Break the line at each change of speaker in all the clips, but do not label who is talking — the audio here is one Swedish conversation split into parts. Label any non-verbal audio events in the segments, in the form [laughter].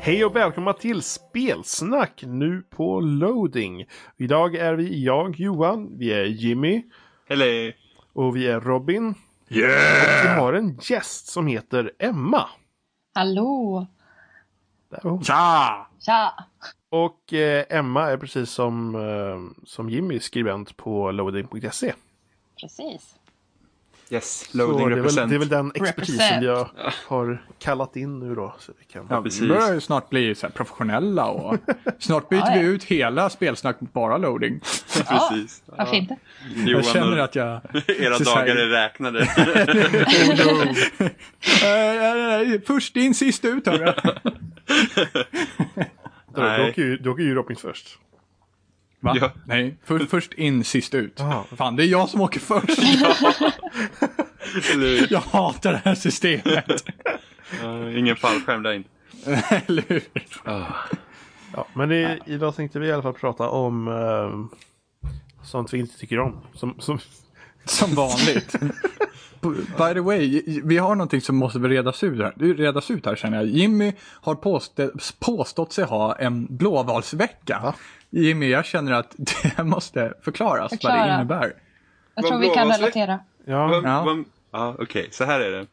Hej och välkomna till Spelsnack nu på loading. Idag är vi jag, Johan, vi är Jimmy
Eller
och vi är Robin.
Yeah!
Vi har en gäst som heter Emma.
Hallå!
Där är hon.
Tja!
Tja!
Och eh, Emma är precis som, eh, som Jimmy skribent på loading.se.
Precis.
Yes,
Så
loading
det, är väl,
represent.
det är väl den expertisen
Represent.
jag har kallat in nu då. Så vi kan...
Ja,
Vi
precis.
börjar ju snart bli så här professionella och
[laughs]
snart byter
Ja, ja.
vi ut hela spelsnack mot bara loading.
precis.
Ah!
Varför inte?
Johan,
Jag känner att jag...
[laughs] era
så
dagar är
här-
räknade.
[laughs]
Eh, eh, eh, Först in, sist ut hör
[laughs]
jag.
Då, då
Nej.
åker ju, då åker ju Robin först.
Va?
Ja.
Nej, för, först in, sist ut.
Aha.
Fan, det är jag som
[laughs]
åker först.
Eller hur?
Jag hatar det här systemet. [laughs]
Eh, Ingen fallskärm där inte.
Eller hur?
Ja, men i, idag tänkte vi i alla fall prata om eh, sånt vi inte tycker om. Som, som,
Som vanligt. By the way, vi har någonting som måste redas ut här, Det redas ut här känner jag. Jimmy har påstå, påstått sig ha en blåvalsvecka. Jimmy, jag känner att [laughs] det måste förklaras vad det
Förklara.
innebär.
Jag
Vad
tror vi
bra,
kan
vad släck-
relatera.
ja,
Vad-
Ja.
vad- Ja, okej, så här är det. Det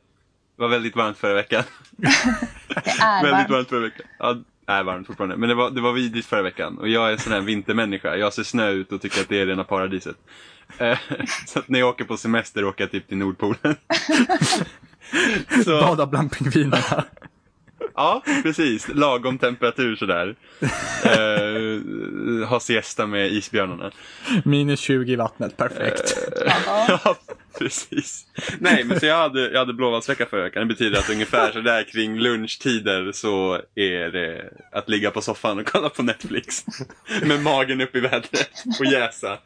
var väldigt varmt förra veckan.
Det är
väldigt
varmt.
varmt förra veckan. Ja, det är varmt fortfarande. Men det var, det var vidrigt förra veckan. Och jag är en sån här vintermänniska. Jag ser snö ut och tycker att det är rena paradiset. Eh, [laughs] så att när jag åker på semester åker jag typ till Nordpolen. så,
Bada bland pingvinerna.
Ja, precis. Lagom temperatur sådär. Eh, ha siesta med isbjörnarna.
Minus 20 i vattnet,
Eh,
perfekt.
Ja.
Ja, precis. Nej, men så jag hade, jag hade blåvalsvecka förra veckan. Det betyder att ungefär sådär kring lunchtider så är det att ligga på soffan och kolla på Netflix. Med magen upp i vädret och jäsa.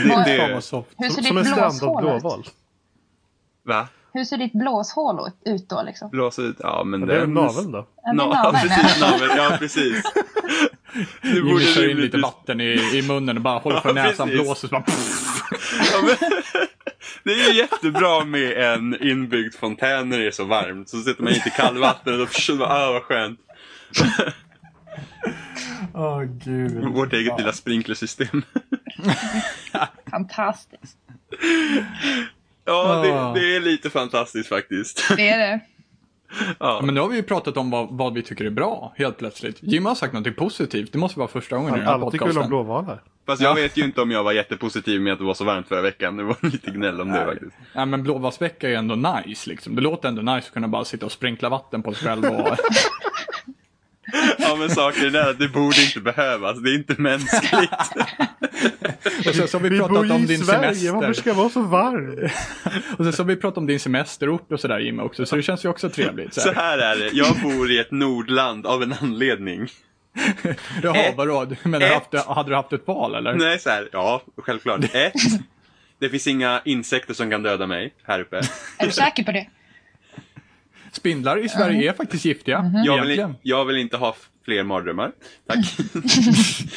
Det,
Fan
det,
vad soft.
Hur ser
som, som en
ditt
strandad
blåshål ut?
blåval.
va?
Hur ser ditt blåshål ut- ut då liksom?
Blåsa ut? Ja, men
Det är väl
den...
naveln då?
Ja, min
Na-
navel,
precis, naveln. Ja, precis. Du
Jimmy kör in lite
rimligtvis-
vatten i, i munnen och bara håller på
Ja,
näsan,
precis.
blåser så bara...
Ja, men, [laughs] det är ju jättebra med en inbyggd fontän när det är så varmt. Så sätter man inte kallvatten och då förstår man, ah vad skönt.
[laughs] Åh gud.
Vårt eget lilla sprinklersystem. [laughs]
Fantastiskt.
Ja,
Ah.
det, det är lite fantastiskt faktiskt.
Det är det.
[laughs] Ja, Men nu har vi ju pratat om vad, vad vi tycker är bra, helt plötsligt. Jimmy har sagt något positivt, det måste vara första gången i den här
Alla tycker väl om
podcasten.
blåvalar?
[laughs] Fast jag vet ju inte om jag var jättepositiv med att det var så varmt förra veckan. Det var [laughs] lite gnäll om det faktiskt.
Nej men blåvalsvecka är ändå nice liksom. Det låter ändå nice att kunna bara sitta och sprinkla vatten på sig själv och...
Ja men saken är att det borde inte behövas. Det är inte
[laughs]
mänskligt.
och sen så har vi,
Vi bor
pratat
ju
om
i
din
Sverige, varför
semester.
ska det vara så varmt?
Och sen så har vi pratat om din semesterort och sådär Jimmy också, så det känns ju också trevligt.
[laughs]
Så
Så här
här.
är det. Jag bor i ett nordland av en anledning.
Jaha,
Ett-
vadå? Men
ett-
haft, hade du haft ett val
[laughs]
eller?
Nej, så här. Ja, [laughs] självklart. Ett. Det finns inga insekter som kan döda mig här uppe.
Är du säker på det?
Spindlar i Sverige är faktiskt giftiga,
Jag vill,
egentligen.
jag vill inte ha f- fler mardrömmar. [laughs] Tack.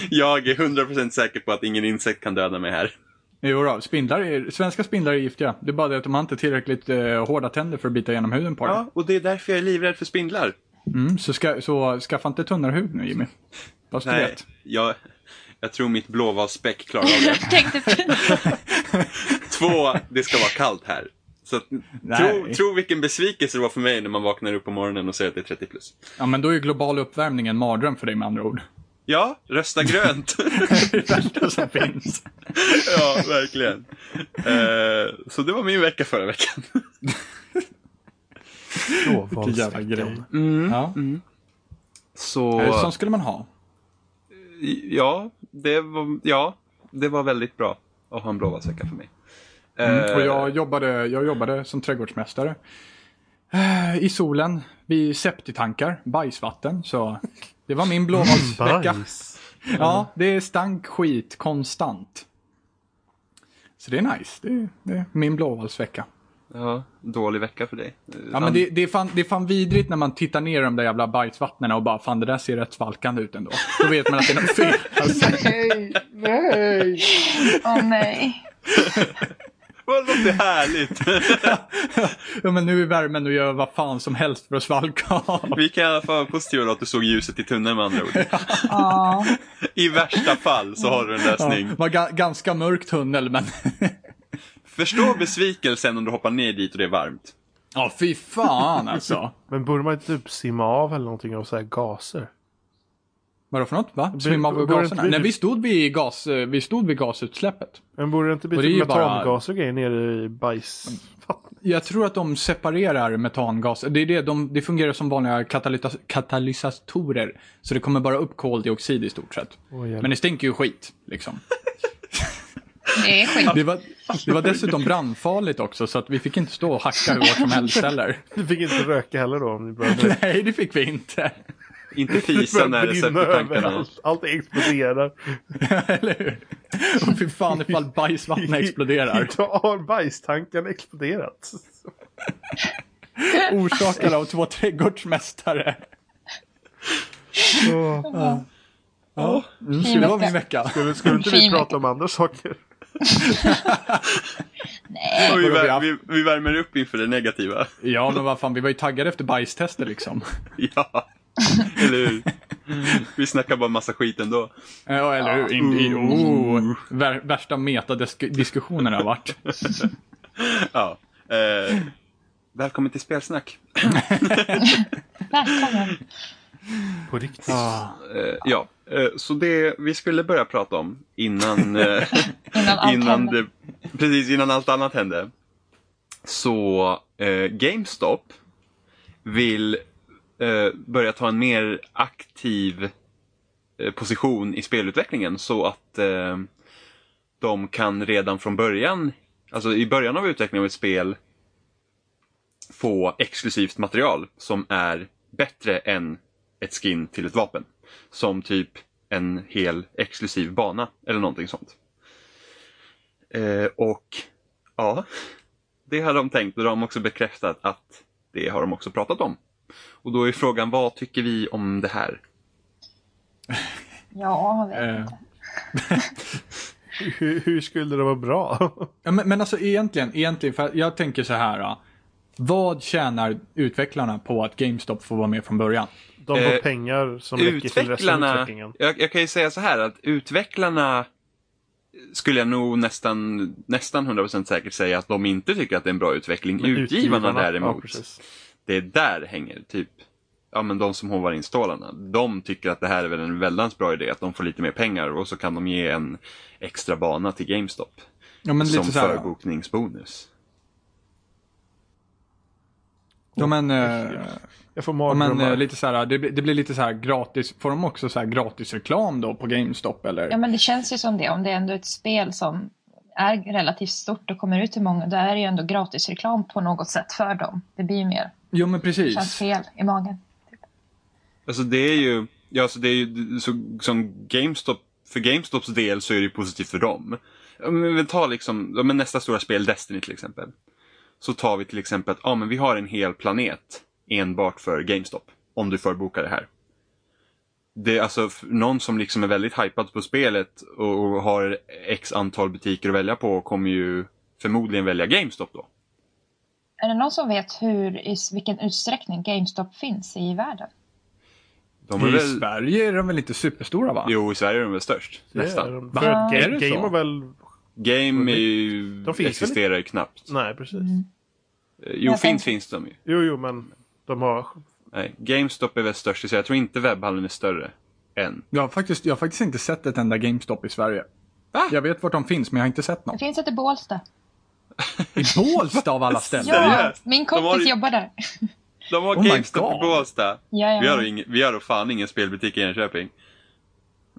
jag är 100% säker på att ingen insekt kan döda mig här.
Jo, då, spindlar är, svenska spindlar är giftiga. Det är bara det att de har inte tillräckligt eh, hårda tänder för att bita igenom huden på dem.
Ja, och det är därför jag är livrädd för spindlar.
Mm, så, ska, så skaffa inte tunnare hud nu Jimmy. Fast du
Nej,
vet.
jag, jag tror mitt blåvalsspäck klarar av [laughs] det.
Jag tänkte precis.
Två, det ska vara kallt här. Så att, tro,
Nej.
tro vilken besvikelse det var för mig när man vaknar upp på morgonen och ser att det är 30 plus.
Ja, men då är ju global uppvärmning en mardröm för dig med andra ord.
Ja, rösta grönt. [laughs]
Det är det värsta som finns.
ja, verkligen. Eh, så det var min vecka förra veckan.
Vilken jävla grej. Ja.
Så...
Eh, Sånt skulle man ha.
Ja, det var, ja, det var väldigt bra att ha en blåvalsvecka för mig. Eh,
Mm, Och jag jobbade, jag jobbade som trädgårdsmästare. Eh, I solen, vid septitankar, bajsvatten. Så det var min blåvalsvecka.
Bajs.
Ja, det stank skit konstant. Så det är nice. Det är, det är min blåvalsvecka.
Ja, dålig vecka för dig.
Ja, men det, det, är fan, det är fan vidrigt när man tittar ner i de där jävla bajsvattnen och bara fan det där ser rätt svalkande ut ändå. Då vet man att det är något fel. Alltså,
Nej, nej. Åh nej.
Vad låter härligt. [laughs]
Ja, men nu är värmen och gör vad fan som helst för att svalka av.
Vi kan i alla fall vara positiva då att du såg ljuset i tunneln med andra ord.
Ja.
I värsta fall så har du en
Ja,
lösning.
var ga- ganska mörk tunnel men... [laughs]
Förstå besvikelsen om du hoppar ner dit och det är varmt.
Ja, fy fan alltså.
Men borde man inte typ simma av eller någonting av så här gaser?
Vadå för något? Va? Svimma av
borde inte
gaserna?
vi-
Nej, vi stod vid, gas, eh, vi stod vid gasutsläppet.
Men borde det inte bli
Och det är
typ
ju bara-
metangaser och grejer nere i bajs? Fan. [laughs]
Jag tror att de separerar metangas. Det, är det, de, det fungerar som vanliga katalyta- katalysatorer. Så det kommer bara upp koldioxid i stort sett.
Åh, jävlar.
Men det stinker ju skit. Liksom.
Det är skit.
Det, var, det var dessutom brandfarligt också så att vi fick inte stå och hacka hur hårt som helst
[laughs]
heller.
Ni fick inte röka heller då om ni började
Nej, det fick vi inte. [laughs]
Inte fisa när det
brinna
sätter tankarna.
överallt. Allt exploderar.
[laughs] Eller hur? Och fy fan ifall bajsvattnet exploderar.
[laughs] Då har bajstankarna exploderat.
[laughs] Orsakad av två trädgårdsmästare.
Åh.
Ja,
Fin
det var
vecka.
min vecka.
Skulle, skulle inte vi
Fin
prata om andra saker?
Och vi,
Vadå, vi
vär,
har-
vi, vi värmer upp inför det negativa.
Ja, men vad fan, vi var ju taggade efter bajstester liksom.
[laughs] Ja, eller hur? Vi snackar bara massa skit ändå.
[laughs] Ja, eller hur? In, i, oh, vär, värsta metadiskussionen har varit. [laughs]
Ja. Eh, välkommen till Spelsnack.
Välkommen.
På riktigt.
Eh, ja, eh, så det vi skulle börja prata om innan, eh,
Innan allt
innan,
hände.
det, precis, innan allt annat hände. Så eh, GameStop vill eh, börja ta en mer aktiv eh, position i spelutvecklingen så att eh, de kan redan från början, alltså i början av utvecklingen av ett spel, få exklusivt material som är bättre än ett skin till ett vapen. Som typ en hel exklusiv bana eller någonting sånt. Eh, och ja, det har de tänkt och de har också bekräftat att det har de också pratat om. Och då är frågan, vad tycker vi om det här?
Ja, jag vet
Eh,
inte.
Hur, hur skulle det vara bra? [laughs]
Ja, men, men alltså egentligen, egentligen för jag tänker så här. ja. Vad tjänar utvecklarna på att GameStop får vara med från början?
De får
Eh,
pengar som räcker till resten av
Utvecklarna,
utvecklingen.
jag, jag kan ju säga så här att utvecklarna skulle jag nog nästan, nästan 100% säkert säga att de inte tycker att det är en bra utveckling. Utgivarna,
Ja,
däremot,
precis.
det är där hänger typ, ja men de som hovar in stålarna. De tycker att det här är väl en väldans bra idé att de får lite mer pengar och så kan de ge en extra bana till GameStop.
Ja, men
som
lite så här. ja.
förbokningsbonus.
Ja, men, eh,
Jag får
ja, men eh,
mardrömmar.
lite så här, det, blir- det blir lite så här gratis. Får de också så här gratis reklam då på GameStop eller?
Ja, men det känns ju som det. Om det är ändå ett spel som är relativt stort och kommer ut till många, då är det ju ändå gratisreklam på något sätt för dem. Det blir ju mer.
Jo, men
Det känns
precis.
fel i magen.
Alltså det är ju, ja så det är ju, så, som GameStop, för GameStops del så är det ju positivt för dem. Ja, Men vi tar liksom, ja, men nästa stora spel Destiny till exempel. Så tar vi till exempel att, ja men vi har en hel planet enbart för GameStop. Om du förbokar det här. Det är alltså f- någon som liksom är väldigt hypad på spelet och, och har x antal butiker att välja på kommer ju förmodligen välja GameStop då.
Är det någon som vet hur, i s- vilken utsträckning GameStop finns i världen?
De är
I
väl,
Sverige är de väl inte superstora va?
jo i Sverige är de väl störst.
Det är
Nästan.
de.
Va?
För
Ja.
Ga-
Är det så?
Game har väl...
Mm.
Game är ju,
De finns väl
existerar ju knappt.
Nej, precis.
Eh, Jo,
Jag
finns
tänkte-
finns de ju.
Jo, jo, men de har...
Nej, GameStop är väl störst, så jag tror inte webbhallen är större än.
Jag har, faktiskt, jag har faktiskt inte sett ett enda GameStop i Sverige.
Va?
Jag vet vart de finns men jag har inte sett någon.
Det finns ett i Bålsta.
I Bålsta av alla ställen?
[laughs] Ja,
Seriöst?
min
De har
kompis
ju-
jobbar där.
De har
Oh my
GameStop i
God.
Båstad.
Jajamän.
Vi har, ing, vi har då fan ingen spelbutik i Enköping.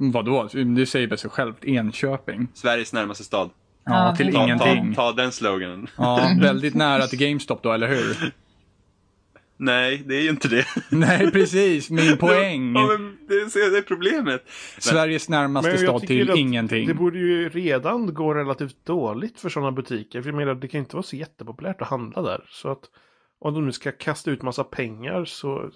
Mm, Vadå? Det säger väl sig självt. Enköping.
Sveriges närmaste stad.
Ja,
Ja,
till
det är-
Ta, ta,
ingenting.
ta den sloganen.
Ja, väldigt nära till GameStop då,
[laughs]
eller hur?
Nej, det är ju inte det.
Nej, precis. Min
[laughs]
poäng.
Ja, men det, är, det är problemet.
Sveriges närmaste
jag
stad
tycker
till
att
ingenting.
Det borde ju redan gå relativt dåligt för sådana butiker. För jag menar, det kan inte vara så jättepopulärt att handla där. Så att om de nu ska kasta ut massa pengar så...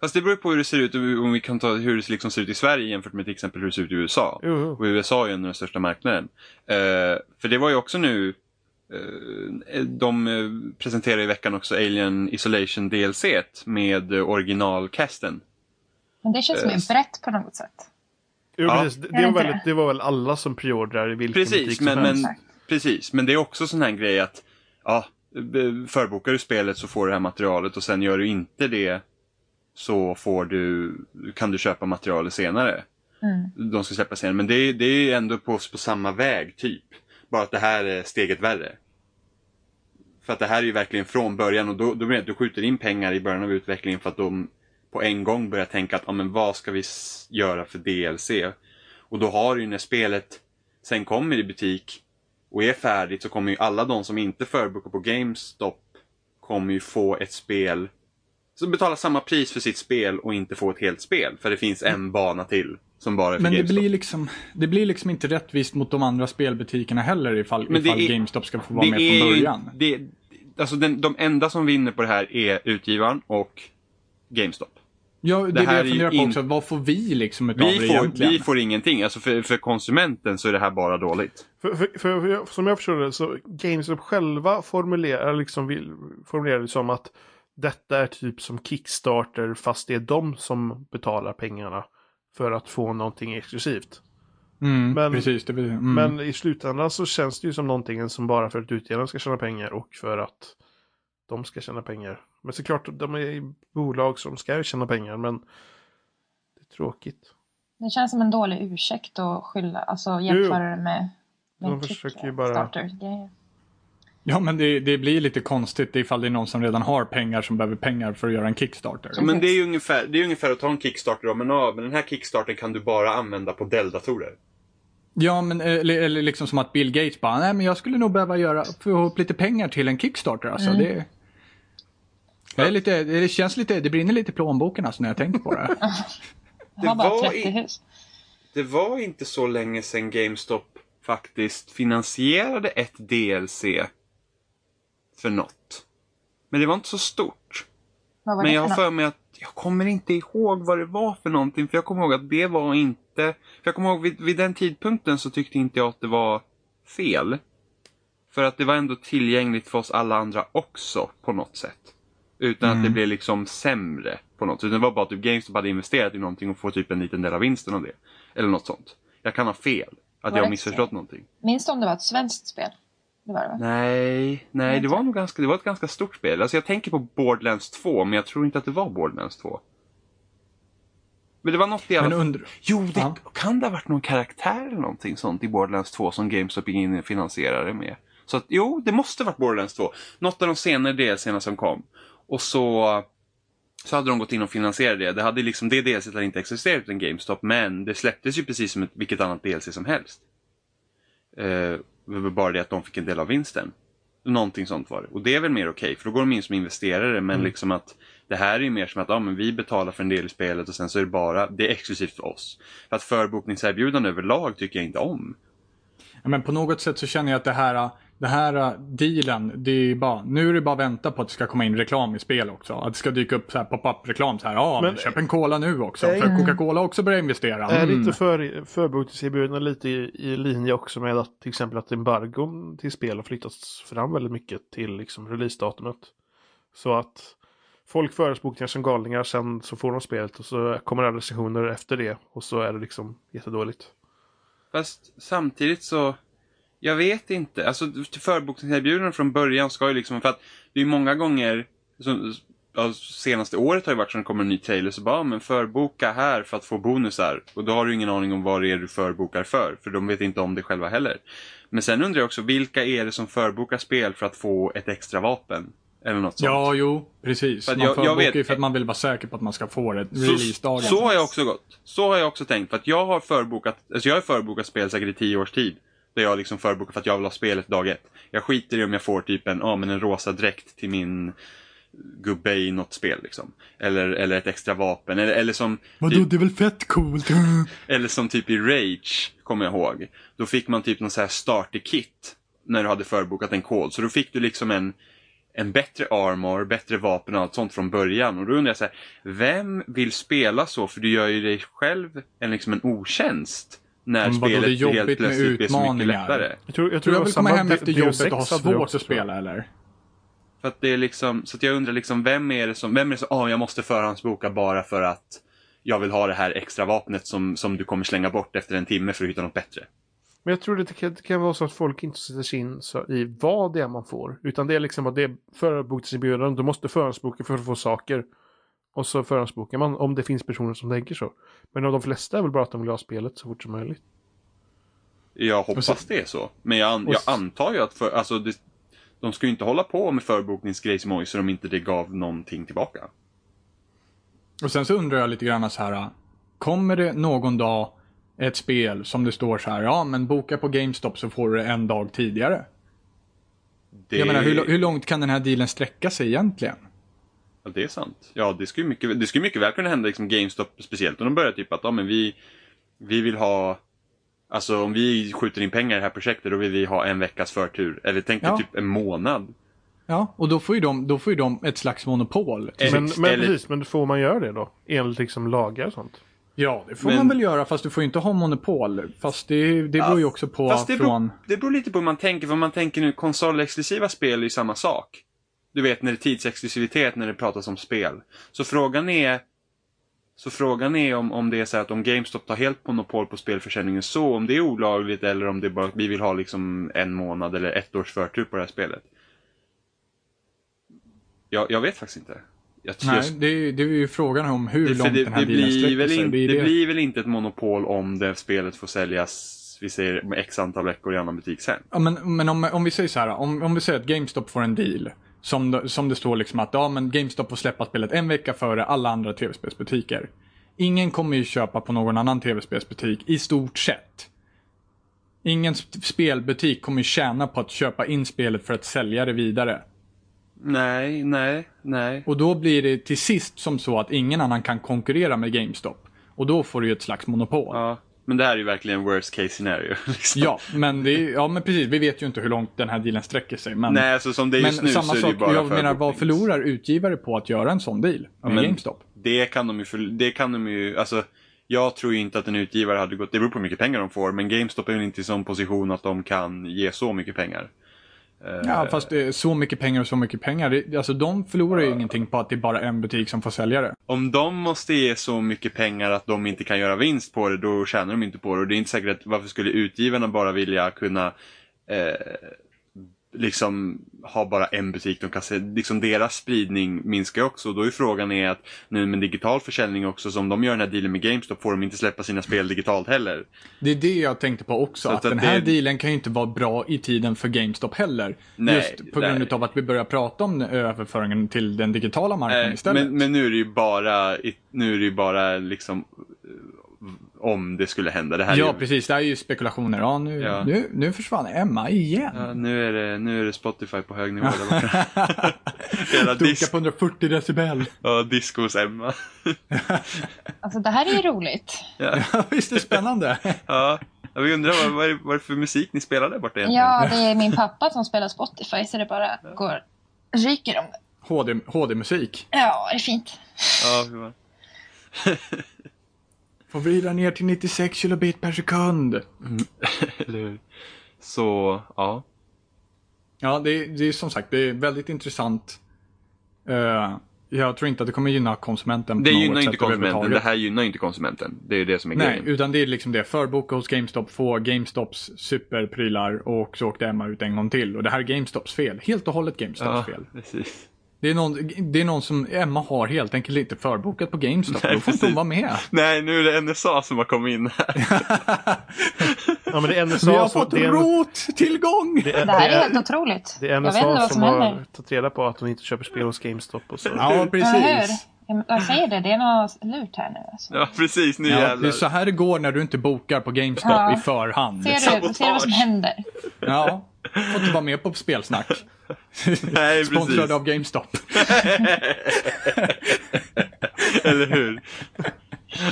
Fast det beror på hur det ser ut, om vi kan ta hur det liksom ser ut i Sverige jämfört med till exempel hur det ser ut i USA.
Jo, jo.
Och USA är ju en av den största marknaden. Eh, för det var ju också nu Eh, De eh, presenterar i veckan också Alien Isolation DLC med eh, originalcasten.
Men det känns mer
Yes.
brett på något sätt.
Jo,
Ja.
precis. Det,
Är
det,
det
var
inte
väl,
det?
det var väl alla som preordrar i vilken butik
Precis
som
men,
helst.
men, precis, men det är också sån här grej att ja, be- förbokar du spelet så får du det här materialet och sen gör du inte det så får du, kan du köpa materialet senare.
Mm.
De ska släppa senare, men det, är- det är ju ändå på, på samma väg typ. Bara att det här är steget värre. För att det här är ju verkligen från början och då, då menar jag att du skjuter in pengar i början av utvecklingen för att de på en gång börjar tänka att ah, men vad ska vi s- göra för DLC? Och då har du ju när spelet sen kommer i butik och är färdigt så kommer ju alla de som inte förbokar på GameStop kommer ju få ett spel som betalar samma pris för sitt spel och inte få ett helt spel. För det finns en bana till som bara är för
Mm. Men det
GameStop.
blir, liksom, det blir liksom inte rättvist mot de andra spelbutikerna heller ifall,
Men det
ifall
är-
GameStop ska få vara med
är
från
ju-
början.
Det, alltså den, de enda som vinner på det här är utgivaren och GameStop.
Ja, det,
det
är det
här är
jag
ju
funderar på
in-
också. Vad får vi liksom utav det
Vi får,
egentligen?
vi får ingenting. Alltså för, för konsumenten så är det här bara dåligt.
För, för, för, för, som jag förstår det så Gamestop själva formulerar, liksom, vill, formulerar det som att detta är typ som Kickstarter fast det är de som betalar pengarna för att få någonting exklusivt.
Mm,
Men-
precis, det, betyder- mm.
Men i slutändan så känns det ju som någonting som bara för att utgivarna ska tjäna pengar och för att de ska tjäna pengar. Men såklart, de är ju bolag som ska tjäna pengar men det är tråkigt.
Det känns som en dålig ursäkt att skylla, alltså jämföra det med, med
De försöker ju bara-
Kickstarter-grejer.
Ja, men det, det blir lite konstigt ifall det är någon som redan har pengar som behöver pengar för att göra en Kickstarter.
Precis.
Men det är ju ungefär, det är ungefär att ta en Kickstarter men, ja, men den här Kickstarten kan du bara använda på Dell-datorer.
Ja, men eller, eller liksom som att Bill Gates bara, nej men jag skulle nog behöva göra, få ihop lite pengar till en Kickstarter alltså. Det, jag är lite, det känns lite, det brinner lite i plånboken alltså när jag tänker på det.
Jag har
Det var
bara 30
i-
hus.
Det var inte så länge sedan GameStop faktiskt finansierade ett DLC för något. Men det var inte så stort.
Vad var
Men
det
jag har
för
för mig att jag kommer inte ihåg vad det var för någonting. För jag kommer ihåg att det var inte... För jag kommer ihåg vid, vid den tidpunkten så tyckte inte jag att det var fel. För att det var ändå tillgängligt för oss alla andra också på något sätt. Utan att det blev liksom sämre på något sätt. Utan det var bara att typ GameStop hade investerat i någonting och får typ en liten del av vinsten av det. Eller något sånt. Jag kan ha fel. Att
Var
jag har
det
missförstått någonting.
Minns du om det var ett svenskt spel? Det var det va?
Nej, nej det var nog ganska, det var ett ganska stort spel. Alltså jag tänker på Borderlands 2, men jag tror inte att det var Borderlands 2. Men det var något i alla
Men undr-
Jo, det,
Ja.
kan det ha varit någon karaktär eller någonting sånt i Borderlands 2 som GameStop gick in och finansierade med? Så att, jo, det måste ha varit Borderlands 2. Något av de senare DLCerna som kom. Och så, så hade de gått in och finansierat det. Det hade liksom, det DLCet hade inte existerat utan GameStop, men det släpptes ju precis som ett, vilket annat DLC som helst. Eh, det var bara det att de fick en del av vinsten. Någonting sånt var det. Och det är väl mer okej, för då går de in som investerare, men liksom att det här är ju mer som att ja, men vi betalar för en del i spelet och sen så är det bara, det är exklusivt för oss. För att förbokningserbjudanden överlag tycker jag inte om.
Ja, men på något sätt så känner jag att det här, det här äh, dealen, det är bara, nu är det bara att vänta på att det ska komma in reklam i spel också. Att det ska dyka upp så här pop-up reklam så här, ja men,
Men-
köp en cola nu också.
Nej.
För Coca-Cola också börjar investera.
Är det
Mm.
inte för, förbokningserbjudanden lite i, i linje också med att till exempel att embargon till spel har flyttats fram väldigt mycket till liksom releasedatumet? Så att folk förespråkar som galningar, sen så får de spelet och så kommer alla recensioner efter det och så är det liksom jättedåligt.
Fast samtidigt så, jag vet inte. Alltså förbokningserbjudanden från början ska ju liksom, för att det är ju många gånger, som, ja, senaste året har ju varit som det kommer en ny trailer, så bara, ja, men förboka här för att få bonusar. Och då har du ingen aning om vad det är du förbokar för, för de vet inte om det själva heller. Men sen undrar jag också, vilka är det som förbokar spel för att få ett extra vapen? Eller något sånt.
Ja, jo, precis.
För att
man
jag- jag
förbokar
vet-
ju för att man vill vara säker på att man ska få det
Så,
releasedagen.
så har jag också gått. Så har jag också tänkt. För att jag har förbokat, alltså jag har förbokat spel säkert i tio års tid. Där jag liksom förbokar för att jag vill ha spelet dag ett. Jag skiter i om jag får typ en, ja men en rosa dräkt till min gubbe i något spel liksom. Eller, eller ett extra vapen. Eller, eller som...
Vadå, det är väl fett coolt? [laughs]
Eller som typ i Rage, kommer jag ihåg. Då fick man typ någon så här starter-kit när du hade förbokat en kod. Så då fick du liksom en, en bättre armor, bättre vapen och allt sånt från början. Och då undrar jag så här, vem vill spela så? För du gör ju dig själv en, liksom en otjänst När
Men vadå, det är
spelet
jobbigt
helt
med
plötsligt blir så mycket
utmaningar.
lättare.
Jag tror, jag tror
Tror jag
det var
vill komma
samma
hem
D-
efter jobbet och ha
DO6 hade vi
svårt
också,
att spela eller?
För att det är liksom, så att jag undrar liksom, vem är det som, vem är det som, ah, jag måste förhandsboka bara för att jag vill ha det här extra vapnet som, som du kommer slänga bort efter en timme för att hitta något bättre.
Men jag tror det kan, det kan vara så att folk inte sätter sig in så, i vad det är man får. Utan det är liksom att det är förhandsbokningsinbjudan. Du måste förhandsboka för att få saker. Och så förhandsbokar man om det finns personer som tänker så. Men de flesta är väl bara att de vill ha spelet så fort som möjligt.
Jag hoppas
Och så-
det är så. Men jag, an,
och
jag
s-
antar ju att, för, alltså, det, de ska ju inte hålla på med förbokningsgrejsmoj så de inte det gav någonting tillbaka.
Och sen så undrar jag lite grann så här. äh, Kommer det någon dag ett spel som det står så här, ja men boka på GameStop så får du det en dag tidigare.
Det,
Jag menar hur, hur långt kan den här dealen sträcka sig egentligen?
Ja, det är sant. Ja, det skulle mycket, det skulle mycket väl kunna hända liksom GameStop speciellt om de börjar typ att ja, men vi, vi vill ha Alltså om vi skjuter in pengar i det här projektet då vill vi ha en veckas förtur. Eller tänk dig
Ja.
typ en månad.
Ja, och då får ju de, då får ju de ett slags monopol.
Eh,
Men,
Exakt.
men
Eller-
precis, men får man göra det då? Enligt liksom lagar och sånt.
Ja, det får
Men-
man väl göra fast du får ju inte ha monopol. Fast det, det beror ju också på
Fast det beror,
från...
det beror lite på hur man tänker. För om man tänker nu, konsolexklusiva spel är ju samma sak. Du vet när det är tidsexklusivitet när det pratas om spel. Så frågan är så frågan är om, om det är så här att om GameStop tar helt monopol på spelförsäljningen så, om det är olagligt eller om det är bara att vi vill ha liksom en månad eller ett års förtur på det här spelet. Jag, jag vet faktiskt inte. Jag,
Nej, det, är- det är ju frågan om hur
det, för
långt
det,
den här
det,
dealen
blir
sträcker
väl
sig.
in,
det är
det,
det.
blir väl inte ett monopol om det spelet får säljas, vi säger med x antal veckor i annan butik sen.
Ja, men men om, om vi säger så här, om, om vi säger att GameStop får en deal. Som, det- som det står liksom att ja, men GameStop får släppa spelet en vecka före alla andra tv-spelsbutiker. Ingen kommer ju köpa på någon annan tv-spelsbutik i stort sett. Ingen sp- spelbutik kommer ju tjäna på att köpa in spelet för att sälja det vidare.
Nej, nej, nej.
Och då blir det till sist som så att ingen annan kan konkurrera med GameStop. Och då får du ju ett slags monopol. Ja,
Ja, men det här är ju verkligen worst case scenario. [laughs] Liksom.
men, det är, ja men precis. Vi vet ju inte hur långt den här dealen sträcker sig. Men,
Nej, alltså som det är
men
just nu
samma
så är det
sak,
ju bara
jag menar
förboknings.
vad förlorar utgivare på att göra en sån deal med
men-
GameStop?
Det kan de ju, för, det kan de ju, alltså. Jag tror ju inte att en utgivare hade gått, det beror på hur mycket pengar de får, men GameStop är väl inte i sån position att de kan ge så mycket pengar. Eh,
Ja, fast det är så mycket pengar och så mycket pengar. Det, alltså de förlorar ju ingenting på att det är bara en butik som får sälja det.
Om de måste ge så mycket pengar att de inte kan göra vinst på det, då tjänar de inte på det. Och det är inte säkert att varför skulle utgivarna bara vilja kunna eh, liksom ha bara en butik de kan se. Liksom deras spridning minskar ju också. Och då är frågan är att nu med digital försäljning också, så om de gör den här dealen med GameStop får de inte släppa sina spel digitalt heller.
Det är det jag tänkte på
Så
också. Att,
att
den
det-
här dealen kan ju inte vara bra i tiden för GameStop heller.
Nej,
just på grund
nej.
av att vi börjar prata om överföringen till den digitala marknaden
Eh,
istället.
men, men nu är det ju bara, i- nu är det ju bara liksom eh, om det skulle hända. Det här är
ja,
ju
precis. Det här är ju spekulationer. Ja, nu,
Ja.
Nu, nu försvann Emma igen.
Ja, nu, är det, nu är det Spotify på hög nivå där
[laughs]
borta. Hela
Dunkar
dis-
på 140 decibel. [laughs]
ja, disco hos Emma.
Alltså
[laughs]
det här är ju roligt.
Ja, Visst är det spännande? [laughs]
ja. ja, vi undrar vad, vad, är, vad är det för musik ni spelar där borta egentligen?
Ja, det är min pappa som spelar Spotify så det bara går ryker om det.
HD, HD-musik.
Ja, det är fint.
Ja, hur var-
Får vrida ner till 96 kilobit per sekund.
Eller hur? Så, ja.
Ja, det, är- det är som sagt, det är väldigt intressant. Eh, jag tror inte att det kommer gynna konsumenten på
Det
något
gynnar
sätt
inte konsumenten. Det
överhuvudtaget.
här gynnar inte konsumenten. Det är ju det som är
Nej,
grejen.
utan det är liksom det. Förboka hos GameStop, få GameStops superprylar och så åkte Emma ut en gång till. Och det här är GameStops fel. Helt och hållet GameStops
Ja,
fel.
precis.
Det är, någon, det är någon som Emma har helt enkelt inte förbokat på GameStop.
Nej,
Då får inte
precis.
hon vara med.
Nej, nu är det NSA som har kommit in här.
Ja
[laughs]
men det är
Vi har
alltså,
NSA som...
fått
Det är, en-
ROT-tillgång!
det är,
Det här är
det
helt otroligt.
är, det är
Jag vet inte
NSA
vad
som
som
har
händer.
tagit reda på att de inte köper spel hos GameStop och så.
Ja,
Eller hur?
precis.
Ja, men Jag säger det, det är något lurt här nu. Alltså.
Ja, precis. Nu
Ja, det
jävlar.
är så här det går när du inte bokar på GameStop
Ja.
i förhand.
Ser du,
sabotage.
ser du vad som händer?
Ja, får inte vara med på spelsnack.
Nej, precis.
[laughs] Sponsrad av GameStop.
[laughs]
[laughs]
Eller hur?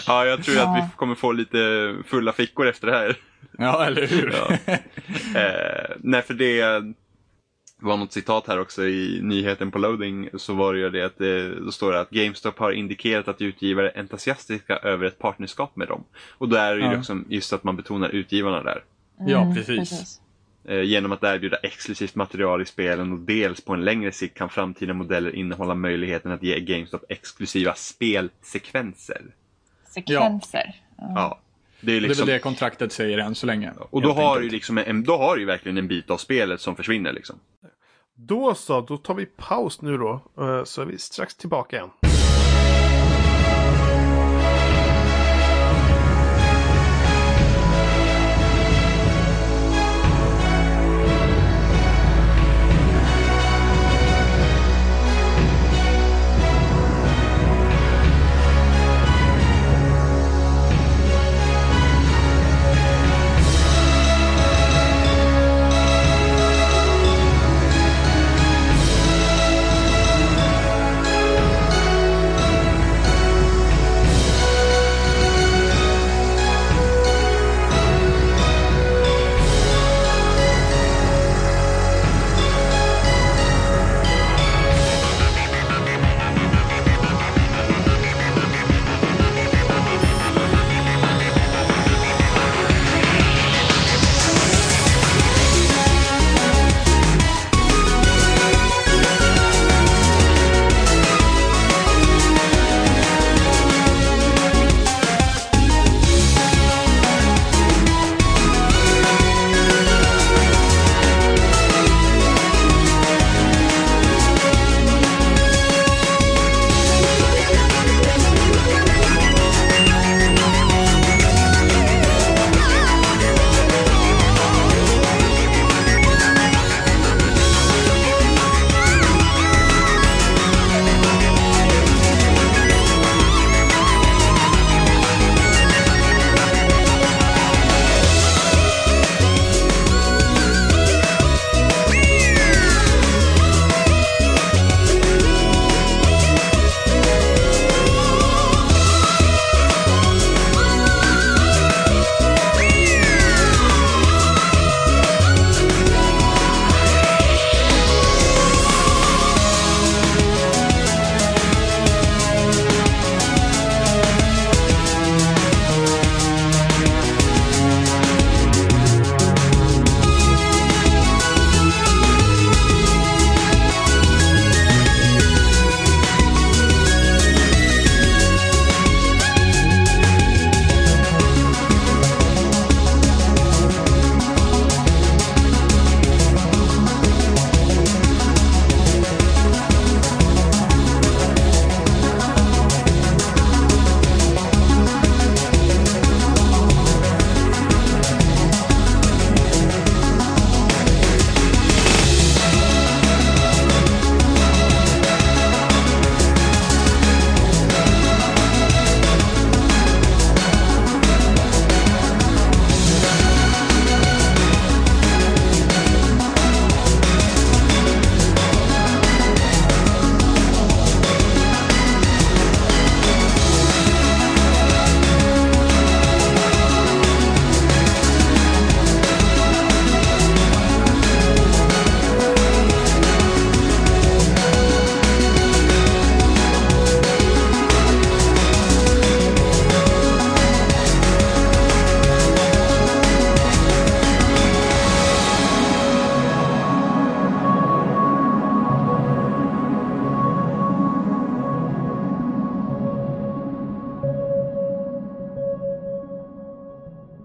Ja, jag tror att
Ja.
vi kommer få lite fulla fickor efter det här.
Ja, eller hur?
Eh, nej, för det... Det var något citat här också i nyheten på Loading så var det ju det att eh, då står det att GameStop har indikerat att utgivare är entusiastiska över ett partnerskap med dem. Och där är det
Ja.
också just att man betonar utgivarna där.
[laughs] Ja,
Mm,
precis.
Eh, Genom att erbjuda exklusivt material i spelen och dels på en längre sikt kan framtida modeller innehålla möjligheten att ge GameStop exklusiva spelsekvenser.
Sekvenser.
Ja. Det är
Det är
liksom,
väl det kontraktet säger än så länge.
och då
helt
har,
enkelt.
ju liksom en, då har ju verkligen en bit av spelet som försvinner. Liksom.
Då så, då tar vi paus nu då. eh, Så är vi strax tillbaka igen.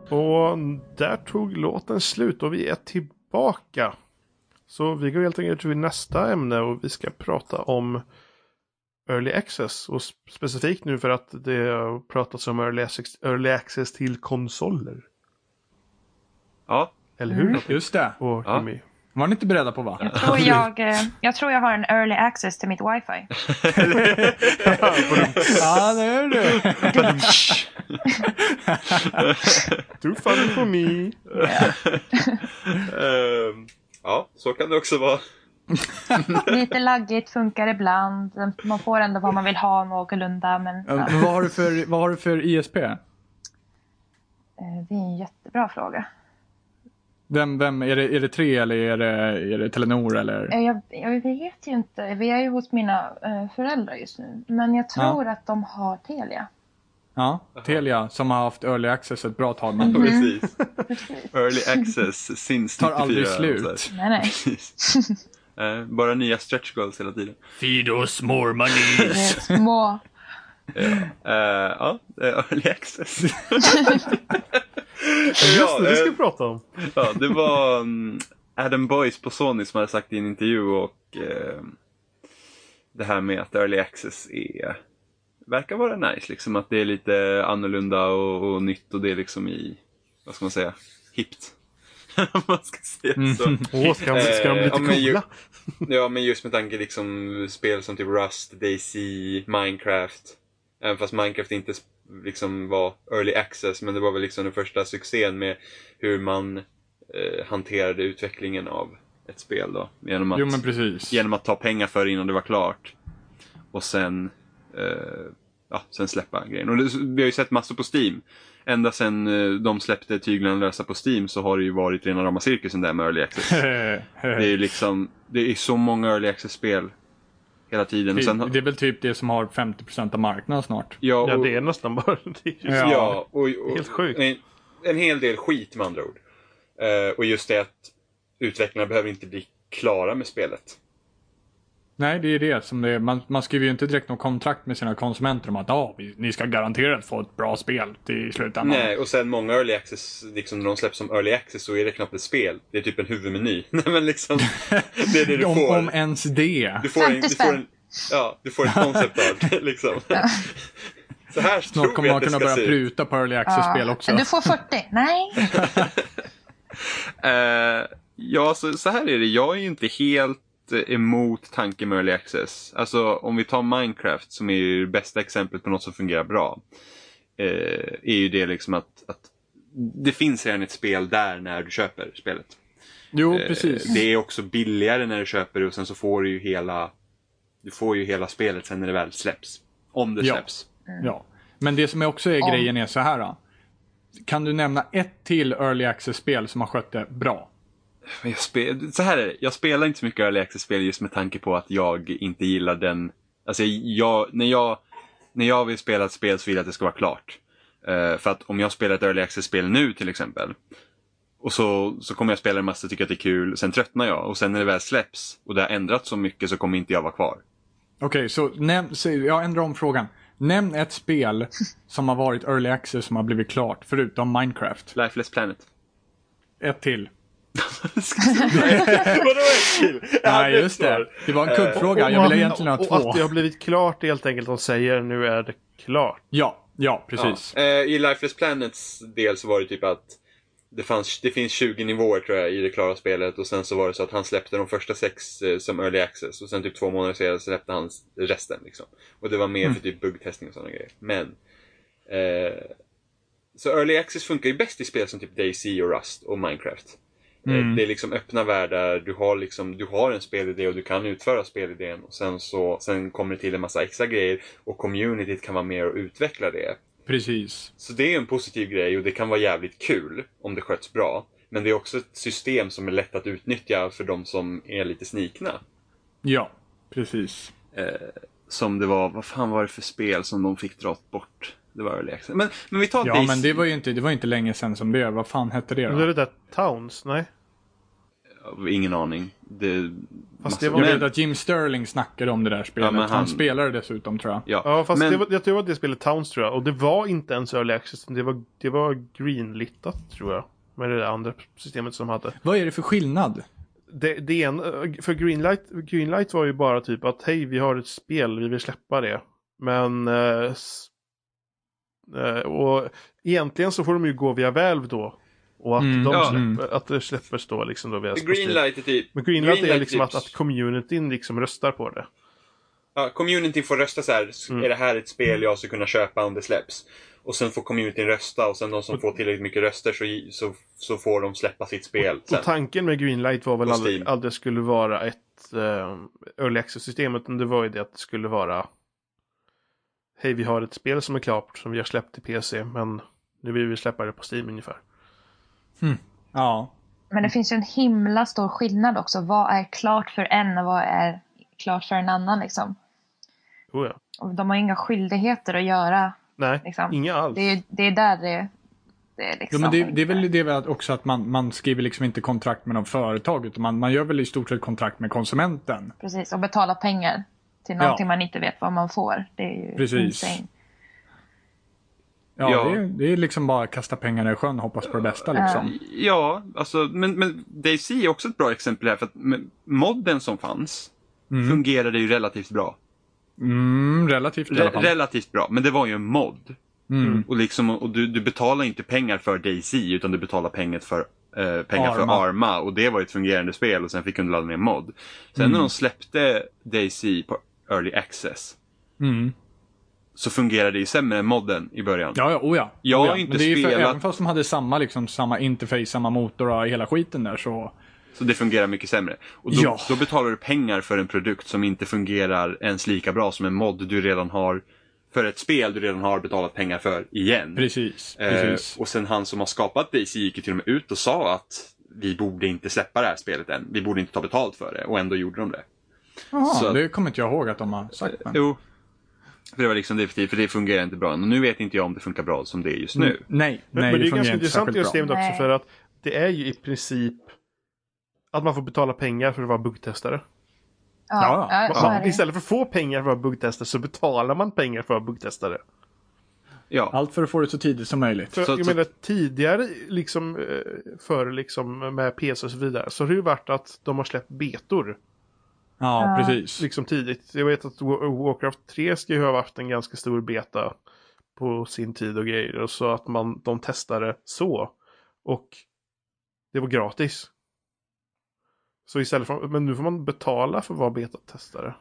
Och där tog låten slut och vi är tillbaka. Så vi går helt enkelt till nästa ämne och vi ska prata om Early Access. Och sp- specifikt nu för att det har pratats om Early Access, early access till konsoler.
Ja,
Eller hur?
Just det.
Och
Mm. Ja.
Jimmy.
Var ni inte beredda på va?
Jag, tror jag, eh, jag tror jag har en early access till mitt wifi.
[laughs] Ja, det
[laughs]
är du.
Too funny for me.
Ehm, ja, så kan det också vara. [laughs]
Lite laggigt, funkar ibland. Man får ändå vad man vill ha någorlunda. Men ja.
Vad har du för, vad har du för ISP?
eh, det är en jättebra fråga.
Vem, vem, är, det, är det tre eller är det, är det Telenor eller?
Eh, Jag, jag vet ju inte. Vi är ju hos mina eh, föräldrar just nu. Men jag tror att de har Telia.
Ja, Telia som har haft early access ett bra tag
Mm.
men
Precis. Early access since 94.
tar aldrig
eller
slut.
så
Nej,
[laughs]
nej.
här. Precis. Eh, Bara nya stretch goals hela tiden.
Feed us more money.
Det är små.
Eh, Ja, eh, early
[laughs]
access.
Just det, det ska
eh,
vi prata om.
Ja, det var mm, Adam Boyce på Sony som hade sagt i en intervju och eh, det här med att Early Access är, verkar vara nice. Liksom att det är lite annorlunda och, och nytt och det är liksom i, vad ska man säga, hippt. [laughs] Om man ska säga så.
Åh, ska, de- ska de bli
Eh, ja, men
lite
ju-
coola?
Ja, men just med tanke liksom spel som typ Rust, DayZ, Minecraft. Även fast Minecraft inte sp- liksom var early access, men det var väl liksom den första succén med hur man eh, hanterade utvecklingen av ett spel då. Genom att,
Jo men precis. [laughs]
genom att ta pengar för det innan det var klart. Och sen, eh, ja, sen släppa grejen. Och det, vi har ju sett massor på Steam. Ända sen eh, de släppte tyglarna lösa på Steam så har det ju varit rena rama cirkusen där med early
[laughs]
access. Det är ju liksom, det är så många early access-spel hela tiden. Och sen,
Det är väl typ det som har 50% av marknaden snart.
ja, och,
Ja, det är nästan bara [laughs] det. är ju-
Ja.
ja, och, och,
Helt sjukt.
En, en hel del skit med andra ord. Eh, och just det att utvecklarna behöver inte bli klara med spelet.
Nej, det är det som det är. Man, man skriver ju inte direkt något kontrakt med sina konsumenter om att ah, vi, ni ska garanterat få ett bra spel till slutändan.
Nej, och sen många early access, liksom när de släpps som early access så är det knappt ett spel. Det är typ en huvudmeny. [laughs] Nej men liksom, det är
[laughs]
det du
om,
får.
om ens det.
Du får en,
50
du får en, ja, du får ett concept art [laughs] liksom. Så här
Snart
tror
kommer
vi
man
att det
kunna
ska
börja
se ut.
pruta på early
Ja.
access-spel också.
Du får 40. Nej.
Eh, ja, så, så här är det. Jag är ju inte helt eh, emot tanken med early access. Alltså om vi tar Minecraft som är ju det bästa exemplet på något som fungerar bra. Eh, är ju det liksom att, att det finns redan ett spel där när du köper spelet.
Jo,
Eh,
precis.
Det är också billigare när du köper det och sen så får du ju hela, du får ju hela spelet sen när det väl släpps. Om det
Ja.
släpps.
Ja. Men det som är också är grejen är så här. Då. Kan du nämna ett till early access-spel som har skött det bra?
Men jag spel, så här är det, jag spelar inte så mycket early access-spel just med tanke på att jag inte gillar den... Alltså jag, när, jag, när jag vill spela ett spel så vill jag att det ska vara klart. Eh, för att om jag spelar ett early access-spel nu till exempel. Och så, så kommer jag spela en massa, tycka att det är kul, sen tröttnar jag. Och sen när det väl släpps och det har ändrats så mycket så kommer inte jag vara kvar.
Okej, så näm- säg- jag ändrar om frågan. Nämn ett spel som har varit early access som har blivit klart, förutom Minecraft.
Lifeless Planet. [laughs]
Ett till.
Vadå ett till? Jag hade
Nej,
ett
just
svar.
det. Det var en kuggfråga. Jag ville egentligen ha
och, och att
två.
det har blivit klart är helt enkelt. De säger nu är det klart.
Ja, ja, precis.
Ja. Eh, I Lifeless Planets del så var det typ att det, fanns, det finns 20 nivåer tror jag i det klara spelet och sen så var det så att han släppte de första sex eh, som early access och sen typ två månader senare släppte han resten. Liksom. Och det var mer för typ buggtestning och sådana grejer. Men eh, så early access funkar ju bäst i spel som typ DayZ och Rust och Minecraft. Eh, Det är liksom öppna världar, du har, liksom, du har en spelidé och du kan utföra spelidén. Och sen, så, sen kommer det till en massa extra grejer och communityt kan vara med och utveckla det.
Precis.
Så det är en positiv grej och det kan vara jävligt kul om det sköts bra. Men det är också ett system som är lätt att utnyttja för de som är lite snikna.
Ja, precis.
Som det var, vad fan var det för spel som de fick dra bort? Det var early access. Men, men vi tar
Ja,
Daisy.
men det var ju inte, det var inte länge sedan som det. Vad fan hette det
Men Då är det
då?
där Towns, nej?
Ingen aning. Det...
Fast det
massa-
var-
Jag
men-
vet att Jim Sterling snackade om det där spelet.
Ja, men
han...
han-
spelade dessutom tror jag.
Ja,
Ja, fast
men,
det var, jag tror att det spelet Towns tror jag. Och det var inte ens Early Access. Det var, det var greenlitat tror jag. Med det där andra systemet som de hade.
Vad är det för skillnad?
Det, det är en, eh, för greenlight, greenlight var ju bara typ att hej, vi har ett spel, vi vill släppa det. Men... Eh, s- eh, och egentligen så får de ju gå via Valve då. Och att,
Mm.
de
Ja.
släpper, att det släppers då liksom då via Steam.
Greenlight är typ...
Men greenlight, är liksom
typ-
att, att communityn liksom röstar på det.
Ja, communityn får rösta så här.
Mm.
Är det här ett spel jag ska kunna köpa om det släpps? Och sen får communityn rösta och sen de som får tillräckligt mycket röster så, så, så får de släppa sitt spel. Sen.
Och tanken med Greenlight var väl
Och
aldrig,
Steam.
aldrig det skulle vara ett eh, early access-system utan det var ju det att det skulle vara Hej, vi har ett spel som är klart som vi har släppt till PC men nu vill vi släppa det på Steam ungefär.
Ja.
Men det finns ju en himla stor skillnad också. Vad är klart för en och vad är klart för en annan liksom.
Oh, ja.
Och de har inga skyldigheter att göra.
Nej,
Liksom.
inga alls.
Det är, det är där det, det är liksom.
Jo, men det, det är väl det är väl att också att man, man skriver liksom inte kontrakt med något företag utan man, man gör väl i stort sett kontrakt med konsumenten.
Precis, och betala pengar till
Ja.
någonting man inte vet vad man får. Det är ju
Precis.
insane.
Ja,
Ja.
Det, är, det är liksom bara att kasta pengarna i sjön och hoppas på det bästa liksom.
Ja, alltså, men, men DayZ är också ett bra exempel här för att men, modden som fanns fungerade ju relativt bra.
Mm, relativt i alla
Re-
fall.
relativt bra, men det var ju en mod.
Mm.
Och, liksom, och du, du betalar inte pengar för DayZ utan du betalar penget för, eh, pengar
Arma.
för Arma och det var ju ett fungerande spel och sen fick du ladda ner en mod. Sen när de släppte DayZ på Early Access
Mm.
så fungerade det ju sämre än modden i början.
Ja, ja, oh ja.
Jag
oh
har
ja.
ju inte
Men det är ju för,
spelat-
Även fast de hade samma, liksom, samma interface, samma motor och hela skiten där så.
Så det fungerar mycket sämre. Och då,
Ja.
då betalar du pengar för en produkt som inte fungerar ens lika bra som en mod du redan har för ett spel du redan har betalat pengar för igen.
Precis,
Eh,
precis.
och sen han som har skapat DayZ gick ju till och med ut och sa att vi borde inte släppa det här spelet än. Vi borde inte ta betalt för det. Och ändå gjorde de det.
Jaha,
så-
det kommer inte jag ihåg att de har sagt. Men.
Jo. För det var liksom definitivt, för det fungerar inte bra än. Och nu vet inte jag om det funkar bra som det är just nu.
Mm, Nej,
Men,
nej,
men det är
fungerar
ganska
inte
intressant i det
särskilt bra.
systemet också
Nej.
för att det är ju i princip att man får betala pengar för att vara buggtestare.
Ja,
Ja, ja,
Man-
så
man-
är det. ju.
Istället för att få pengar för att vara buggtestare så betalar man pengar för att vara buggtestare.
Ja.
Allt för att få det så tidigt som möjligt.
För
Så-
jag
så-
menar tidigare, liksom, eh, före liksom med PC och så vidare, så har det ju varit att de har släppt betor.
Ja, precis.
Liksom tidigt. Jag vet att Wa- Warcraft 3 ska ju ha haft en ganska stor beta på sin tid och grejer. Och så att man, de testade så. Och det var gratis. Så istället för, men nu får man betala för att vara betatestare.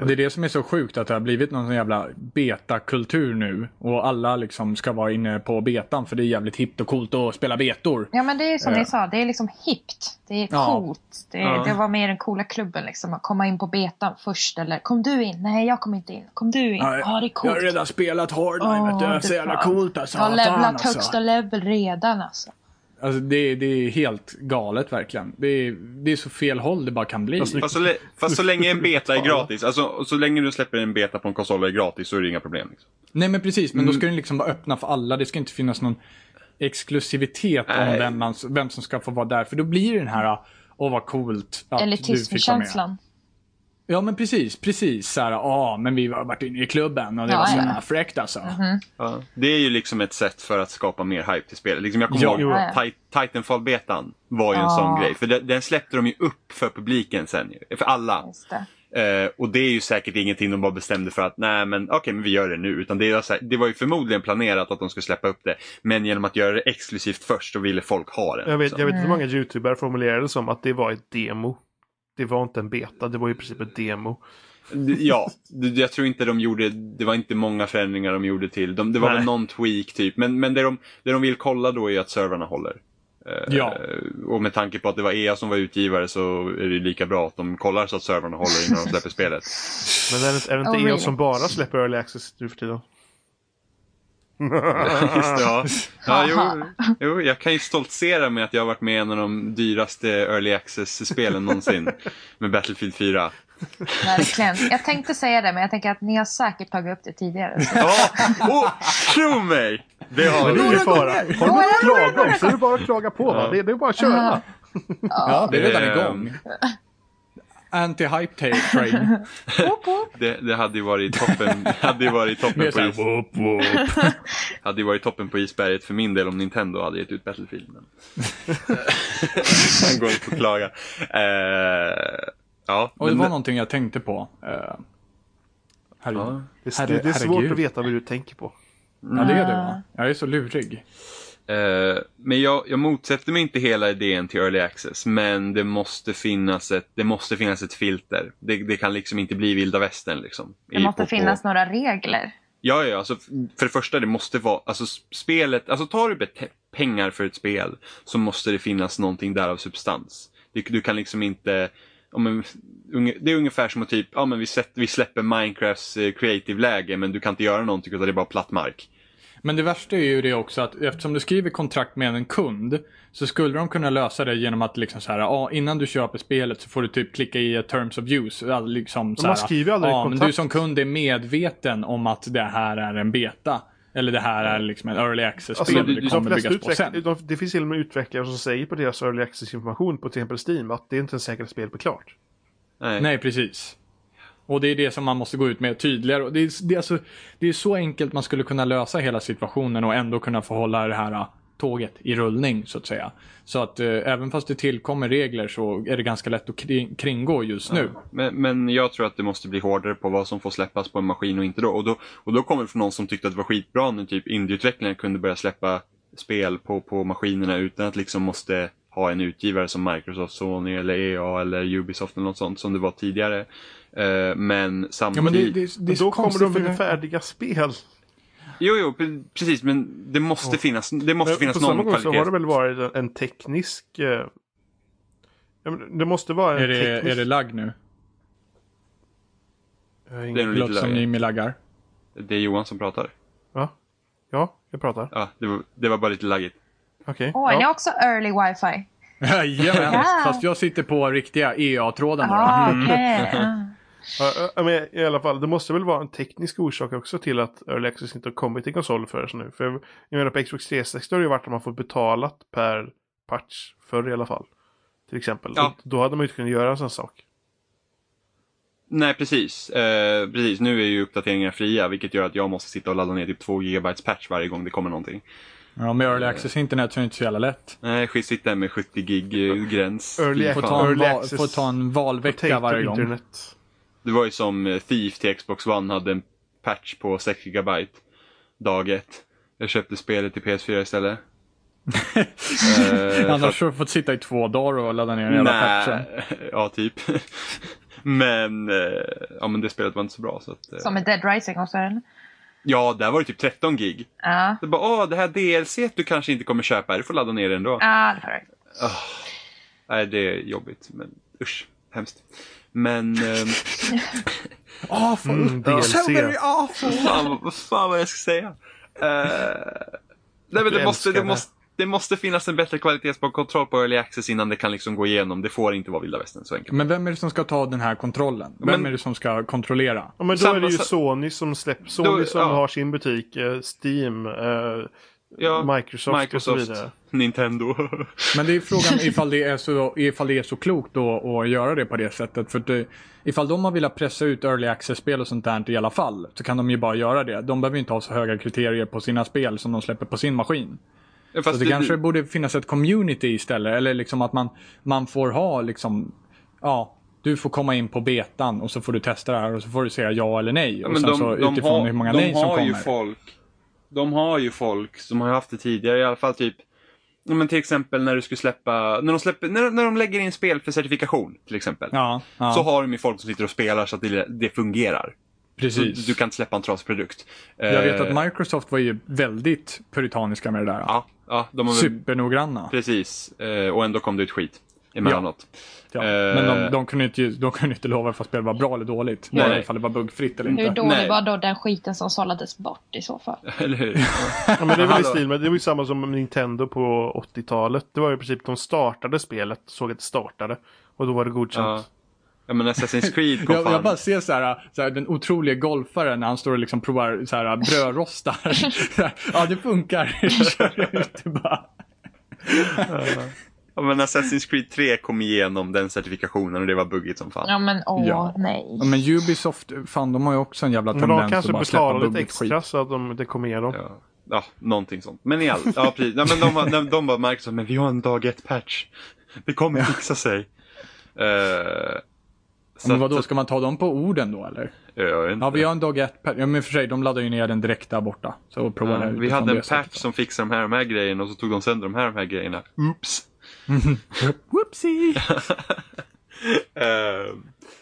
Och Det är det som är så sjukt att det har blivit någon sån jävla betakultur nu. Och alla liksom ska vara inne på betan för det är jävligt hippt och coolt att spela betor.
Ja men det är ju som
Eh.
ni sa, det är liksom hippt. Det är
Ja.
coolt. Det,
Ja.
det var mer den coola klubben liksom. Att komma in på betan först eller kom du in? Nej jag kom inte in. Kom du in? Ja, det är coolt.
spelat hardline
Åh, det är fan. Jag har levlat högsta level redan alltså.
Alltså det, det är helt galet verkligen. Det är, det är så fel håll det bara kan bli.
Fast nu-
Fast så, lä- fast så länge en
[laughs]
beta är gratis, alltså så länge du släpper en beta på en konsol och är gratis så är det inga problem. Liksom.
Nej men precis, men
Mm.
då ska den liksom vara öppna för alla. Det ska inte finnas någon exklusivitet om
Nej.
vem, man, vem som ska få vara där. För då blir det den här, åh vad coolt att du fick vara med.
Elitismkänslan.
Ja men precis, precis. Så här, ja men vi har varit inne i klubben och det
Ja,
var så
ja. Mhm.
jävla fräckt alltså.
Det är ju liksom ett sätt för att skapa mer hype till spelet. Liksom jag kommer
Ja.
ihåg
Ja, ja.
Tit- Titanfall-betan var ju en
Ja.
sån grej. För den, den släppte de ju upp för publiken sen, ju, för alla.
Just det.
Eh, och det är ju säkert ingenting de bara bestämde för att, nej men okej, men vi gör det nu. Utan det, är så här, det var ju förmodligen planerat att de skulle släppa upp det. Men genom att göra det exklusivt först så ville folk ha den. liksom.
Jag vet,
så.
jag [laughs] vet hur många youtubare formulerade det som att det var ett demo. Det var inte en beta, det var i princip ett demo.
D- Ja, d- jag tror inte de gjorde, det var inte många förändringar de gjorde till. De, det var
Nej.
väl någon tweak typ. Men, men det, de, det de vill kolla då är ju att servrarna håller.
Ja.
Eh, Och med tanke på att det var EA som var utgivare så är det lika bra att de kollar så att servrarna håller innan de släpper spelet.
Men är det, är det inte
Oh,
EA
really?
som bara släpper early access nu för tiden?
Just det, [laughs] ja. ja jo,
Haha.
jo, jag kan ju stoltsera med att jag har varit med i en av de dyraste early access-spelen någonsin. Med Battlefield 4.
Verkligen. Jag tänkte säga det, men jag tänker att ni har säkert tagit upp det tidigare. Så.
Ja, och tro mig! Det har
Men det är
vi.
ingen fara. Har du något klagom så är det bara att klaga på. Va?
Ja.
Det, är, det är bara att köra.
Ja, det är redan
Det-
igång. Anti-hype ta- train.
Det, det hade ju varit
[laughs]
toppen, hade ju varit
Mer
toppen, på,
så här,
is,
Whoop whoop.
[laughs] hade ju varit toppen på isberget för min del om Nintendo hade gett ut Battlefield.
[laughs]
Men... Han går inte på att klaga. Eh, ja,
Och det
men-
var någonting jag tänkte på. Uh, herre,
Ja.
Det,
herre,
det, det är svårt
herregud.
att veta vad du tänker på.
Ja, det är det va? Jag är så lurig.
Eh, men jag, jag motsätter mig inte hela idén till early access, men det måste finnas ett, det måste finnas ett filter. Det, det kan liksom inte bli vilda västern. Liksom,
Det
I-
måste
på- på-
finnas några regler.
Ja, ja, alltså, f- för det första, det måste vara, alltså s- spelet, alltså tar du bet- pengar för ett spel så måste det finnas någonting där av substans. Du, du kan liksom inte, ja, men, unge- det är ungefär som att typ, ja men vi, sätt, vi släpper Minecrafts eh, creative-läge men du kan inte göra någonting utan det är bara platt mark.
Men det värsta är ju det också att eftersom du skriver kontrakt med en kund så skulle de kunna lösa det genom att liksom så här, ja innan du köper spelet så får du typ klicka i terms of use. ja, Liksom så
man
här,
skriver ju aldrig
ja, men
kontrakt."
du som kund är medveten om att det här är en beta. Eller det här är liksom en early
Alltså,
access-spel och det
de, de
kommer
flesta
byggas på
utveck-
sen.
de, det finns till och med utvecklare som säger på deras early access-information på till exempel Steam att det är inte ens säkert att spelet blir klart.
Nej.
Nej, precis. Och det är det som man måste gå ut med tydligare. Och det, är, det, är alltså, det är så enkelt man skulle kunna lösa hela situationen och ändå kunna få hålla det här ah, tåget i rullning så att säga. Så att eh, även fast det tillkommer regler så är det ganska lätt att kring, kringgå just nu.
Men, men jag tror att det måste bli hårdare på vad som får släppas på en maskin och inte då. Och då, och då kommer det från någon som tyckte att det var skitbra när typ indieutvecklare kunde börja släppa spel på, på maskinerna utan att liksom måste ha en utgivare som Microsoft, Sony eller EA eller Ubisoft eller något sånt som det var tidigare. Eh, men
Ja,
samtidigt...
men det, det, det är
Men
så
då kommer
konstigt
de
för
med
det-
färdiga spel.
Jo, jo, pre- precis. Men det måste finnas, det måste
Men
finnas
på samma
någon
gång så har
kvalitet.
det väl varit en- en teknisk... Eh, ja, men det måste vara en
Är det,
teknisk...
är det lagg nu?
Jag har ingen-
Det är nog
Det
lite
låter som
löjligt.
Jimmy laggar.
Det är Johan som pratar.
Va? Ja, jag pratar.
Ja, det, var, det var bara lite laggigt.
Okej.
Åh, är det
ja.
också early wifi?
[laughs] Jajamän,
Ja.
fast jag sitter på riktiga E EA-trådar nu. då.
Ah, okej. Ah.
Ja, ja, men I alla fall, det måste väl vara en teknisk orsak också till att Early Access inte har kommit till konsol förrän nu. För jag menar på Xbox 360 har det ju varit att man får betalat per patch förr i alla fall. Till exempel.
Ja.
Då hade man ju inte kunnat göra en sån sak.
Nej, precis. Eh, precis. Nu är ju uppdateringarna fria, vilket gör att jag måste sitta och ladda ner typ 2 GB patch varje gång det kommer någonting.
Ja, med early access internet så är det inte så jävla lätt.
Nej, skit, sitta där med eh, 70 gig-gräns.
Early
Får
access.
ta en,
Early
val,
access.
får ta en valvecka
Potato
varje gång.
internet.
Det var ju som eh, Thief till Xbox One hade en patch på 6 GB dag ett. Jag köpte spelet till PS4
[laughs]
istället. Eh,
Annars har du fått sitta i två dagar och ladda ner en jävla patchen.
Nej, [laughs] ja typ. men, eh, ja, men det spelet var inte så bra. Så att, eh,
Som med Dead Rising också, eller?
ja, där var det typ 13 gig.
Ja,
Det bara, åh, det här DLC et du kanske inte kommer köpa, du får ladda ner det ändå.
ja, Ah, det får jag.
Nej, det är jobbigt, men usch, hemskt. Men, ehm,
Awful.
Mm, DLC.
awful.
fan, vad fan vad jag ska säga. Eh, nej, men
Jag
det måste,
älskar
det,
det.
måste, det måste finnas en bättre kvalitet på kontroll på early access innan det kan liksom gå igenom. Det får inte vara vilda västern, så enkelt.
Men vem är det som ska ta den här kontrollen? Vem
Men-
är det som ska kontrollera?
Ja, men då
Samma
är det ju
sak-
Sony som släpper. Sony
Då-
som
ja.
har sin butik, eh, Steam, eh,
Ja,
Microsoft, och så vidare.
Nintendo.
Men det
[laughs]
är frågan ifall det är så, ifall det är så klokt då att göra det på det sättet. För att det, ifall de har velat pressa ut early access-spel och sånt där i alla fall så kan de ju bara göra det. De behöver ju inte ha så höga kriterier på sina spel som de släpper på sin maskin.
Fast
Så det, kanske borde finnas ett community istället. Eller liksom att man, man får ha liksom, ja, du får komma in på betan och så får du testa det här och så får du säga ja eller nej. och sen så utifrån hur många
de
nej som
har
kommer.
ju folk, De har ju folk som har haft det tidigare, i alla fall typ ja, men till exempel när du skulle släppa, när de, släpper, när, när de lägger in spel för certifikation till exempel.
ja, ja,
Så har de ju folk som sitter och spelar så att det, det fungerar.
precis.
Du kan inte släppa en trasig produkt.
Jag vet
Eh,
att Microsoft var ju väldigt puritaniska med det där.
Ja, ja de har väl,
Supernoggranna.
precis. Eh, och ändå kom det ut skit emellanåt.
Ja.
Eh,
Men de, de, kunde inte, de kunde inte lova ifall spelet var bra eller dåligt.
Nej.
Bara ifall det var buggfritt eller
Hur
inte.
dålig
Nej.
var då den skiten som sållades bort i så fall?
[laughs] Eller
[laughs]
hur?
Ja, men det är väl i
[laughs] Hallå.
stil med, det var ju samma som Nintendo på 80-talet. Det var ju i princip, de startade spelet, såg att det startade. Och då var det
ja.
godkänt.
ja, men Assassin's
[laughs]
Creed kom
Jag,
fan.
jag bara ser så här, så här, den otroliga golfaren när han står och liksom provar så här, brödrostar. Så här, ja, det funkar. [laughs] Kör ut det bara.
Ja, men Assassin's Creed 3 kom igenom den certifikationen och det var buggigt som fan.
Ja, men åh,
Ja.
nej.
Ja, men Ubisoft, fan de har ju också en jävla
Men de
tendens att
kanske
bara släppa
betalade lite
buggigt skit.
extra så att de, det kom igenom.
Ja, ja någonting sånt. Men i all, ja, precis. Nej, men de, har- de, de bara märkt så, men vi har en dag ett patch. Det kommer fixa sig. Eh, så
Men
att-
vadå, ska man ta dem på orden då eller?
Ja, jag vet inte.
Ja, vi har en dag ett patch. Ja, men i och för sig, de laddar ju ner den direkt där borta. Så prova
Ja,
det
vi
utifrån
hade en
det sättet
patch som fixade de här, de här grejerna och så tog de sönder de här, de här grejerna. Oops!
då. Whoopsie!
Eh,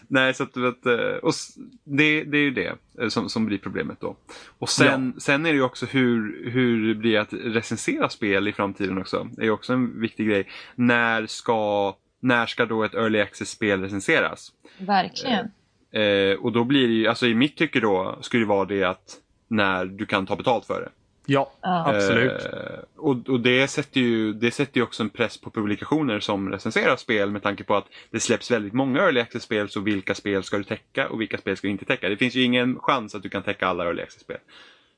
nej, så att du vet, eh, och s- det, det är ju det eh, som, som blir problemet då. Och sen, sen är det ju också hur, hur det blir att recensera spel i framtiden också. Det är ju också en viktig grej. När ska, när ska då ett early access-spel recenseras?
Verkligen.
Eh, och då blir det ju, alltså i mitt tycke då, skulle det vara det att när du kan ta betalt för det.
Ja,
Ja.
absolut.
Eh, och och det, sätter ju, det sätter ju också en press på publikationer som recenserar spel med tanke på att det släpps väldigt många early access-spel så vilka spel ska du täcka och vilka spel ska du inte täcka? Det finns ju ingen chans att du kan täcka alla early access-spel.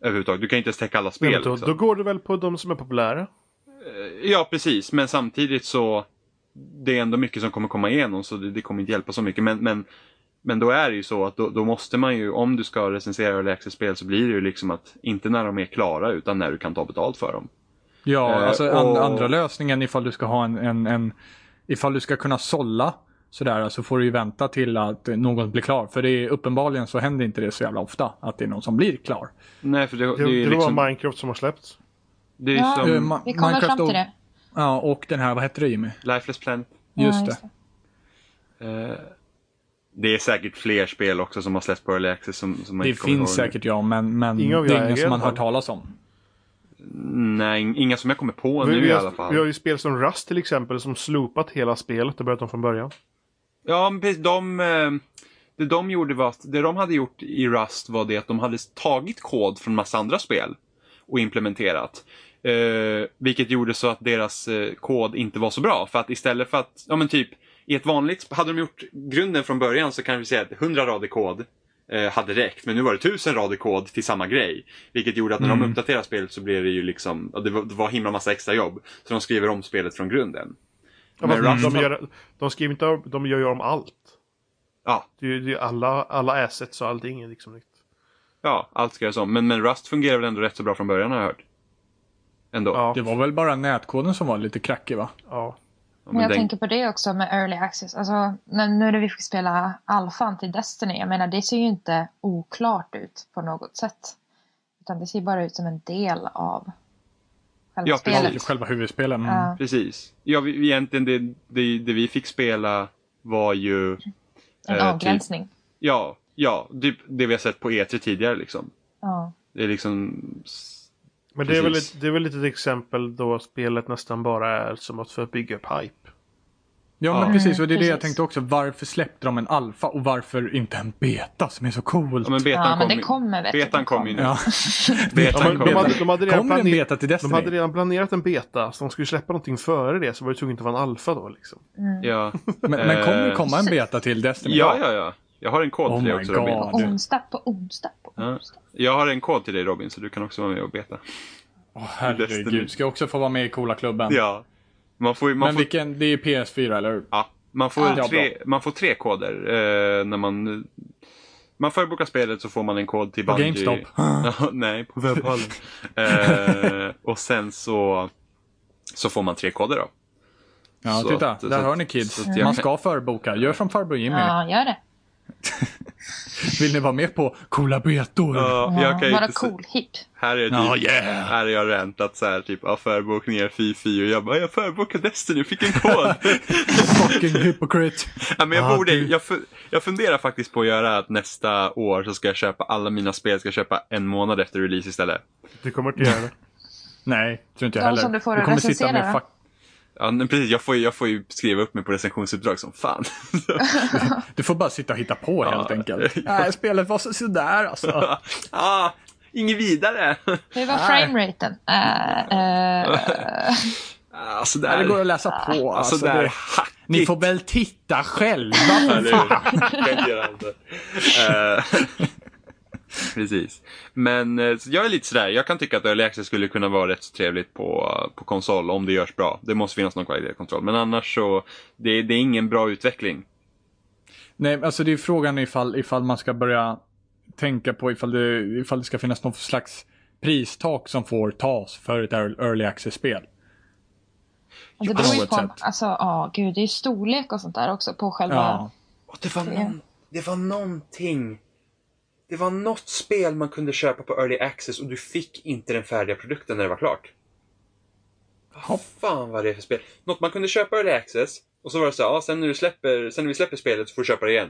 Överhuvudtaget. Du kan inte ens täcka alla spel.
Men då,
liksom. Eh,
då går det väl på de som är populära.
Ja, precis. Men samtidigt så det är ändå mycket som kommer komma igenom så det, det kommer inte hjälpa så mycket. Men, men, men då är det ju så att då, då måste man ju, om du ska recensera Early Access-spel så blir det ju liksom att inte när de är klara utan när du kan ta betalt för dem.
Ja,
Eh,
alltså an,
och-
andra lösningen ifall du ska ha en, en, en ifall du ska kunna sålla sådär så får du ju vänta till att någon blir klar. För det är, uppenbarligen så händer inte det så jävla ofta att det är någon som blir klar.
Nej, för det, det,
Det,
är
det,
ju
var
liksom...
Minecraft som har släppts.
Det är ju
Ja.
som
Eh, Ma-
Vi kommer fram
och,
till det.
Ja, och den här, vad heter det Jimmy?
Lifeless Planet.
Just
ja,
det.
Eh, det är säkert fler spel också som har släppts på Early Access som, som man
Det
inte kommer
finns
ihåg nu.
säkert ja, men, men det
Inga av jag
är
äger
ingen som
i
man
alla
hört
alltså.
fall.
talas om.
Nej, inga som jag kommer på
vi,
nu
vi,
i
har,
alla fall.
vi har ju spel som Rust till exempel som slopat hela spelet och börjat om från början.
Ja, men precis. De, eh, det de gjorde var att det de hade gjort i Rust var det att de hade tagit kod från massa andra spel och implementerat. Eh, vilket gjorde så att deras eh, kod inte var så bra. För att istället för att, ja men typ, i ett vanligt, hade de gjort grunden från början så kan vi säga att 100 rader kod eh, hade räckt. Men nu var det 1000 rader kod till samma grej. Vilket gjorde att när de uppdaterade spelet så blev det ju liksom, ja, det var, det var himla massa extra jobb. Så de skriver om spelet från grunden.
Ja,
Men
fast
Rust-
de, gör, de skriver inte om- de gör ju om allt.
Ja,
Det är ju det är alla, alla assets och allting. är Liksom. riktigt.
Ja, allt ska göras om. Men, men Rust fungerar väl ändå rätt så bra från början har jag hört. Ändå.
Ja,
Det var väl bara nätkoden som var lite krackig va?
ja.
Ja,
Men jag
den-
tänker på det också med early access. Alltså, när, nu när vi fick spela alfan till Destiny, jag menar det ser ju inte oklart ut på något sätt. Utan det ser bara ut som en del av själva
Ja, precis.
spelet.
Själva huvudspelet. Mm.
Ja.
Precis. Ja, vi, egentligen det, det, det vi fick spela var ju...
en
eh, Typ,
avgränsning.
ja, ja. Typ det vi har sett på E3 tidigare liksom.
Ja.
Det är liksom... s-
Men det är, väl
Precis.
ett, det är väl lite ett exempel då spelet nästan bara är som att för att bygga upp hype.
Ja, men
Ja.
precis. Och det är det jag
precis.
tänkte också. Varför släppte de en alfa och varför inte en beta som är så coolt?
Ja, men betan
Ja, men
kom
det
ju-
kommer, vet du,
Betan
det
kom ju nu.
Ja.
[laughs] Betan
Ja, men
kom
de,
ju
hade,
nu.
de, hade redan
Kommer en
planer-
beta till
de
Destiny?
hade redan planerat en beta, så de skulle släppa någonting före det, så var det tvunget att vara en alfa då. Liksom.
[laughs]
Ja.
Men, men kommer det
Eh,
komma en beta till Destiny?
ja, ja, ja. Jag har en kod
Oh
till dig
my
också Robin.
god. Ja, det-
Onsdag på onsdag på
Ja.
onsdag.
Jag har en kod till dig Robin så du kan också vara med och beta.
Åh,
Destiny.
herregud, ska jag också få vara med i coola klubben?
Ja. Man får, ju- man
men
får
vilken, det är PS4 eller hur?
Ja, man får,
Ah. Ja,
tre, man får tre koder eh, när man... Man förbokar spelet så får man en kod till
På
Bungie.
GameStop.
[laughs] Ja, nej, på webbhallen. [laughs] eh, och sen så, så får man tre koder då.
Ja,
Så
titta.
att- så
där
att-
hör ni kids.
så att jag kan-
Man ska förboka. Gör som farbror Jimmy.
Ja, gör det.
Vill ni vara med på coola betor?
Ja, jag kan ju
vara
inte se-
cool, hipp.
Här är typ,
Ja, yeah.
här är jag räntat så här typ, ja, förbokningar fi fi och jag bara, jag förbokar Destiny, fick en
[laughs]
kod.
[laughs] Fucking hypocrite.
ja, men jag,
Ah,
borde,
du-
jag, fu- jag funderar faktiskt på att göra att nästa år så ska jag köpa alla mina spel, ska jag köpa en månad efter release istället.
Du kommer inte göra det.
Nej, tror inte jag
De
heller.
som du får
kommer
recensera,
sitta med
då?
fuck...
[laughs]
Ja, men precis. Jag får, ju- jag får ju skriva upp mig på recensionsuppdrag som fan.
Du får bara sitta och hitta på
[laughs]
helt enkelt. Nej, spelet var så, sådär alltså.
ah, inget vidare.
Hur var frameraten?
[laughs]
Äh, äh,
Ah,
Nej,
sådär.
Det går att läsa på.
alltså,
Alltså,
där
det...
hackigt.
Ni får väl titta själva. [laughs]
Eller hur? Kan inte göra allt det. Eh, [laughs] Precis. Men eh, så jag är lite sådär, jag kan tycka att Early Access skulle kunna vara rätt så trevligt på, på konsol om det görs bra. Det måste finnas någon kvalitetskontroll. Men annars så, det, det är ingen bra utveckling.
Nej, men alltså det är frågan ifall, ifall man ska börja tänka på ifall det, ifall det ska finnas någon slags pristak som får tas för ett early access-spel.
det beror ju
något
på, om-
sätt.
alltså, ja, gud, det är ju storlek och sånt där också på själva...
Ja.
Och det var,
någon-
det var någonting. Det var något spel man kunde köpa på Early Access och du fick inte den färdiga produkten när det var klart. Vad fan var det för spel? Något man kunde köpa Early Access och så var det så här, ah, sen när du släpper, sen när vi släpper spelet så får du köpa det igen.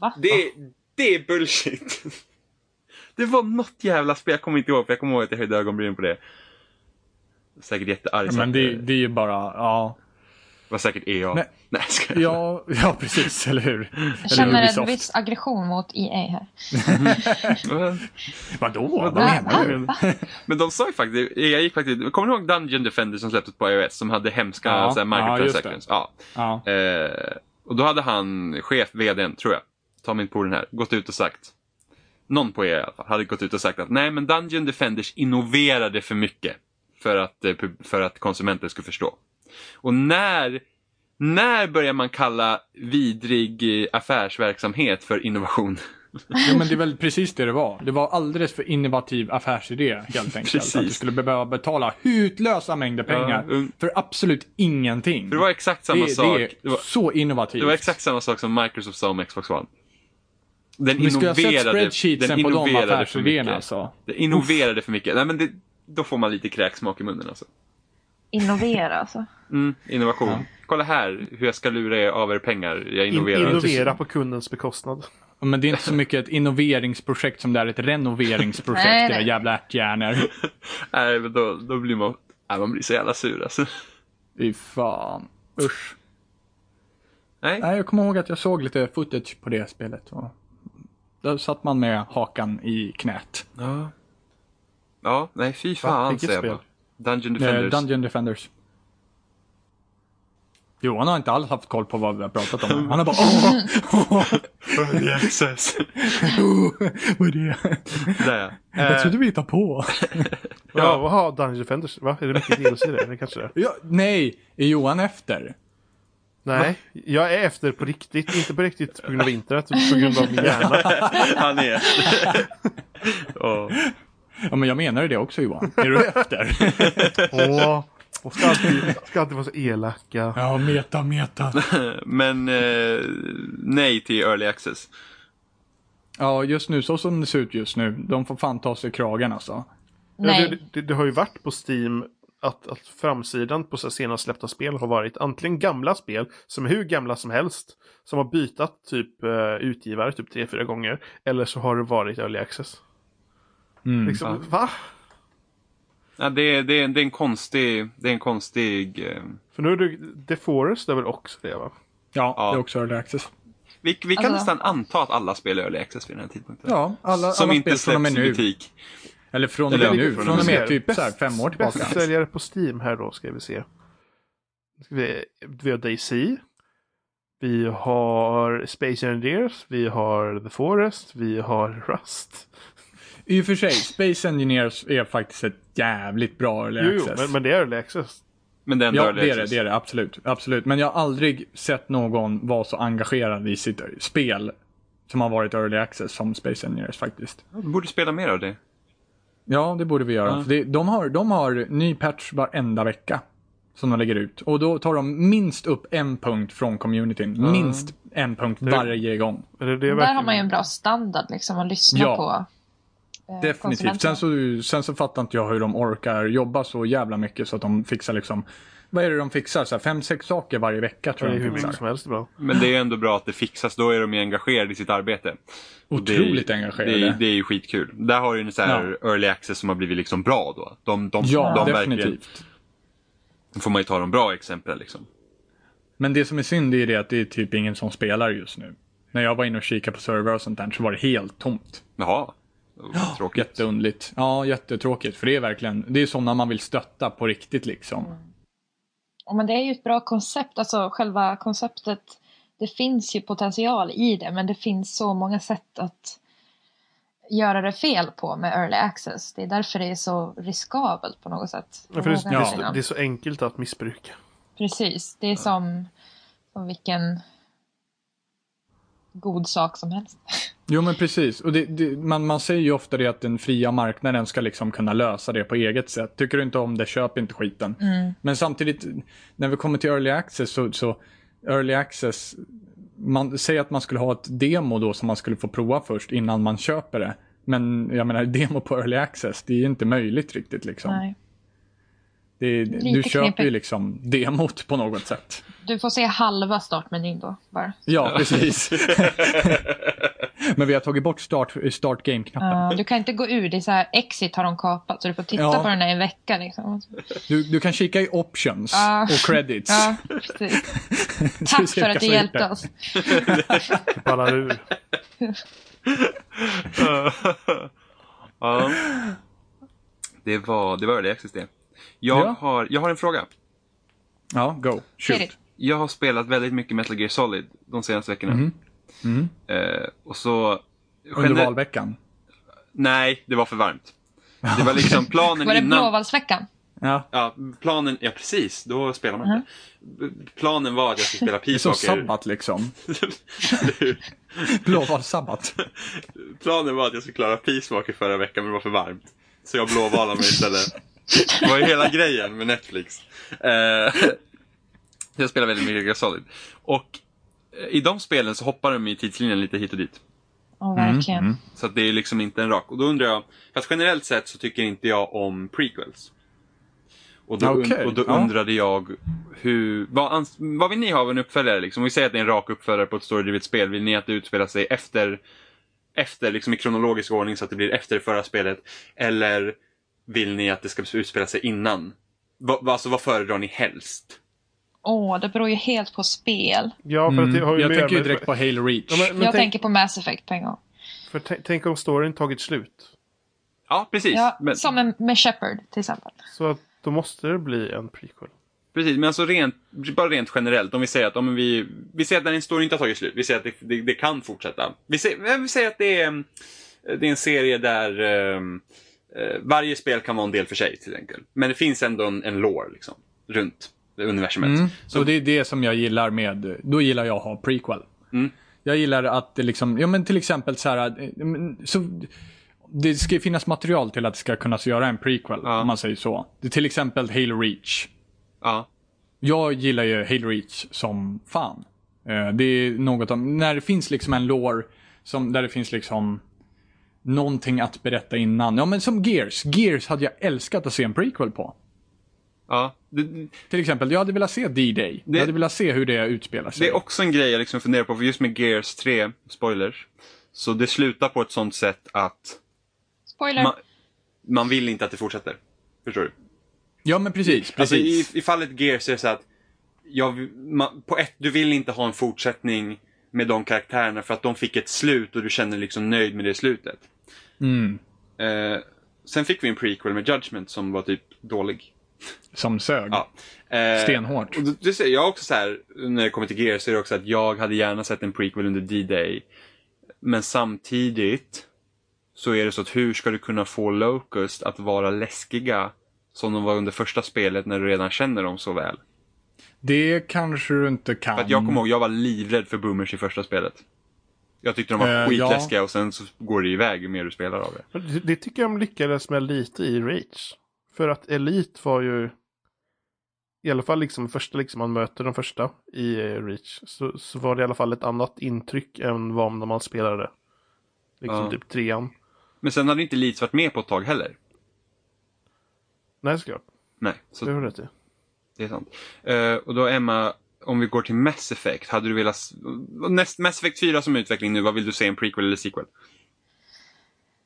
Va?
Det, det är bullshit. [laughs] Det var något jävla spel, jag kommer inte ihåg, för jag kommer ihåg att jag höjde ögonbrynen på det. Säkert jättearg.
Men
Zack.
det, det är ju bara, ja.
var säkert EA.
Nej.
Nej, jag skojar. [laughs]
Ja, [laughs] ja precis, eller hur?
Jag
eller
känner en
Ubisoft.
viss aggression mot EA här.
Vadå? Vad
Va? Ah,
menar du?
Va?
Men de sa ju faktiskt, jag gick faktiskt, kommer du ihåg Dungeon Defender som släpptes på iOS som hade hemska
Ja,
så här, microtransactions? Ja,
Ja.
Eh, och då hade han, chef, vdn tror jag, ta min polen här, gått ut och sagt, någon på er i alla fall, hade gått ut och sagt att nej men Dungeon Defenders innoverade för mycket för att, eh, pub- för att konsumenter skulle förstå. Och när, när börjar man kalla vidrig eh, affärsverksamhet för innovation? [laughs]
Jo, men det är väl precis det det var. Det var alldeles för innovativ affärsidé helt enkelt.
Precis.
Att du skulle behöva betala hutlösa mängder pengar
Ja, mm.
för absolut ingenting.
För det var exakt samma
det,
sak.
Det är
Det var-
så innovativt.
Det var exakt samma sak som Microsoft sa om Xbox One. Den
Vi skulle ha sett
innoverade, den
spreadsheetsen på de
innoverade för
affärsidéerna
mycket.
alltså.
Den innoverade för mycket. Nej, men det, då får man lite kräksmak i munnen alltså.
Innovera alltså.
Mm, innovation. Kolla här hur jag ska lura er av er pengar. Jag
In- [laughs]
innoverar.
innovera på kundens bekostnad.
Men det är inte så mycket ett innoveringsprojekt som det är ett
[laughs]
renoveringsprojekt,
Nej,
era
nej.
jävla ärthjärnor.
Nej, men då, då blir man... Nej, man blir så jävla sur alltså.
Fy fan. Usch.
Nej,
Nej, jag kommer ihåg att jag såg lite footage på det spelet. Och där satt man med hakan i knät.
Ja. Ja, nej fy fan
vilket
säger jag
spel?
bara. Dungeon
Eh,
Defenders. [laughs]
Dungeon Defenders. Johan har inte alls haft koll på vad vi har pratat om. Han har bara åh, åh,
Early access.
åh, [laughs] vad är det?
Där ja.
Jag
Eh,
trodde vi hittade på.
Ja, jaha, Dungeon Defenders. Va? Är det mycket DLC i det? Det kanske det är.
Ja, nej, är Johan efter?
Nej, jag är efter på riktigt. Inte på riktigt på grund av internet, utan på grund av min [laughs] hjärna.
Han är...
[laughs]
Åh.
Ja, men jag menar ju det också Johan. Är du efter?
Åh, och ska alltid, ska alltid vara så elaka.
[laughs] Ja, meta, meta.
Men eh, nej till early access.
Ja, just nu, så som det ser ut just nu, de får fan ta sig kragen alltså.
Ja,
Nej.
det, det, det har ju varit på Steam att, att framsidan på så senast släppta spel har varit antingen gamla spel, som är hur gamla som helst, som har bytt typ eh, utgivare typ tre fyra gånger, eller så har det varit early access.
Mm.
liksom, Mm, va?
Ja, det, är, det, är, det är en konstig... Det är en konstig eh,
För nu är det The Forest är väl också det va?
Ja,
Ja.
det är också early access.
vi, vi kan
Alltså-
nästan anta att alla spel är early access vid den här tidpunkten.
Ja, alla,
Som
alla
inte
spel från och
släpps
med
i
nu.
butik.
Eller från och
Eller
med nu,
från och
från och
med
med typ så här, fem år tillbaka.
Bästsäljare på Steam här då ska vi se. Ska vi, vi har Daisy. Vi har Space Engineers. Vi har The Forest. Vi har Rust.
I och för sig, Space Engineers är faktiskt ett jävligt bra early
Jo, jo
access.
men, men det är early access.
Men det är ändå
Ja,
early
det är det,
access.
det är det. Absolut. Absolut. Men jag har aldrig sett någon vara så engagerad i sitt spel som har varit early access som Space Engineers faktiskt.
Vi borde spela mer av det.
Ja, det borde vi göra. För det, de, har, de har ny patch varenda vecka som de lägger ut. Och då tar de minst upp en punkt från communityn. Minst en punkt varje gång.
Eller det är
Där har
verkligen-
man ju en bra standard liksom att lyssna
Ja.
på. eh,
Definitivt.
konsumenterna.
Sen så, sen så fattar inte jag hur de orkar jobba så jävla mycket så att de fixar liksom, vad är det de fixar? Så här, fem, sex saker varje vecka
Det
tror
är
jag
hur
de
mycket som
fixar.
helst ibland.
Men det är ändå bra att det fixas, då är de ju engagerade i sitt arbete. Och det är-
Otroligt engagerade.
Det, är- det är ju skitkul. Där har du en så här early access som har blivit liksom bra då. De, de,
Ja,
de verkligen,
definitivt.
då får man ju ta de bra exemplen liksom.
Men det som är synd är det att det är typ ingen som spelar just nu. När jag var inne och kikade på servrar och sånt där så var det helt tomt.
Jaha, oh, tråkigt.
Jätteundligt. Ja, jättetråkigt. För det är verkligen, det är sådana man vill stötta på riktigt liksom.
Ja, men det är ju ett bra koncept, alltså själva konceptet. Det finns ju potential i det, men det finns så många sätt att göra det fel på med early access. Det är därför det är så riskabelt på något sätt.
Ja, för det, är-
Många
det, är,
sidan.
det är så enkelt att missbruka.
Precis, det är som, som vilken god sak som helst.
Jo men precis. Och det, det, man, man säger ju ofta det att den fria marknaden ska liksom kunna lösa det på eget sätt. Tycker du inte om det, köp inte skiten.
Mm.
Men samtidigt, när vi kommer till early access så, så early access, man säger att man skulle ha ett demo då som man skulle få prova först innan man köper det. Men jag menar, [laughs] demo på early access, det är inte möjligt riktigt liksom.
Nej.
Det, är- du köper ju
knepigt.
liksom demot på något sätt.
Du får se halva startmenyn då, bara.
Ja, precis. [laughs] Men vi har tagit bort start, start game-knappen.
Ja, Eh, du kan inte gå ur, det är så här exit har de kapat så du får titta
Ja.
på den där i en vecka liksom.
Du, du kan kika i options
Ja.
och credits. [laughs]
Ja, precis.
Så vi
Tack
ser
för att du
vilka som har gjort
hjälpte
det.
oss.
[laughs]
ballar ur.
ja. Det var det, var det Access det. Jag,
Ja.
har, jag har en fråga.
Ja, go.
Hit it.
Shoot.
Jag har spelat väldigt mycket Metal Gear Solid de senaste veckorna. Eh, och så...
Mhm. Under
gener-
valveckan.
Nej, det var för varmt. Det var
[laughs]
liksom planen
Var det
innan...
blåvalsveckan?
Ja.
Ja, planen, ja precis, då spelar man inte. B- Planen var att jag skulle spela
[laughs] Det är som
Peacewaker.
sabbat liksom. [laughs]
Du,
Blåvalssabbat.
[laughs] planen var att jag skulle klara Peacewaker förra veckan men det var för varmt. Så jag blåvalade mig istället. Det var ju hela grejen med Netflix. Eh, [laughs] jag spelar väldigt mycket Gear Solid. Och eh, i de spelen så hoppar de i tidslinjen lite hit och dit.
Ja, verkligen.
Så att det är liksom inte en rak. Och då undrar jag, för att generellt sett så tycker inte jag om prequels. Och då, und-
Okej,
och då
ja.
undrade jag, hur, vad, ans- vad vill ni ha av en uppföljare? Liksom? Om vi säger att det är en rak uppföljare på ett storydrivet spel, vill ni att det utspelar sig efter, efter liksom i kronologisk ordning så att det blir efter det förra spelet? Eller vill ni att det ska utspela sig innan? Va, va, alltså vad föredrar ni helst?
Åh, det beror ju helt på spel.
Ja, för att det har ju
Mm, Jag
mer
tänker ju
med-
direkt på Halo Reach.
Ja, men, men
jag
tänk,
tänker på Mass Effect på en gång.
För t- tänk om storyn tagit slut.
Ja, precis.
Ja,
Men-
Som en, med Shepard till exempel.
Så att då måste det bli en prequel.
Precis, men alltså rent, bara rent generellt. Om vi säger att, om vi, vi säger att den historien inte har tagit slut. Vi säger att det, det, det kan fortsätta. Vi säger, eh, vi säger att det är, mm, det är en serie där ehm, eh, varje spel kan vara en del för sig till exempel. Men det finns ändå en, en lore liksom, runt det universumet.
Mm.
Så
och det är det som jag gillar med, då gillar jag att ha prequel.
Mm.
Jag gillar att det liksom, ja men till exempel så här, eh, men så, det ska ju finnas material till att det ska kunna göra en prequel,
Ja.
om man säger så. Det är till exempel Halo Reach.
ja.
Jag gillar ju Halo Reach som fan. Eh, Det är något om, när det finns liksom en lore som, där det finns liksom någonting att berätta innan. Ja men som Gears. Gears hade jag älskat att se en prequel på.
ja. Det,
Till exempel, jag hade velat se D-Day.
Det-
Jag hade velat se hur det utspelar sig.
det är också en grej jag liksom funderar på, för just med Gears 3, spoilers, så det slutar på ett sånt sätt att
Spoiler.
man, man vill inte att det fortsätter. Förstår du?
Ja men precis, precis.
Alltså, i, I fallet Gears är det så att jag, vill- ma, på ett, du vill inte ha en fortsättning med de karaktärerna för att de fick ett slut och du känner dig liksom nöjd med det slutet.
Mm,
Eh, sen fick vi en prequel med Judgment som var typ dålig.
Som sög.
Ja. Eh,
Stenhårt.
Och det, det ser jag också så här, när det kommer till Gears så är det också att jag hade gärna sett en prequel under D-Day. Men samtidigt så är det så att hur ska du kunna få Locust att vara läskiga som de var under första spelet när du redan känner dem så väl?
Det kanske du inte kan.
För att jag
Mm.
kommer ihåg, jag var livrädd för boomers i första spelet. Jag tyckte de var
Eh,
skitläskiga och sen så går det iväg ju mer du spelar av det.
Men Det, det tycker jag de lyckades med lite i Reach. För att Elite var ju i alla fall liksom första liksom man möter de första i eh, Reach så, så var det i alla fall ett annat intryck än vad när man spelade liksom
Ja.
typ trean.
Men sen hade inte Leeds varit med på ett tag heller.
Nej såklart,
Nej,
det
Mm.
så
har du rätt i.
det är sant. Eh, och då Emma, om vi går till Mass Effect, hade du velat... s- Näst, Mass Effect 4 som utveckling nu, vad vill du se? En prequel eller sequel?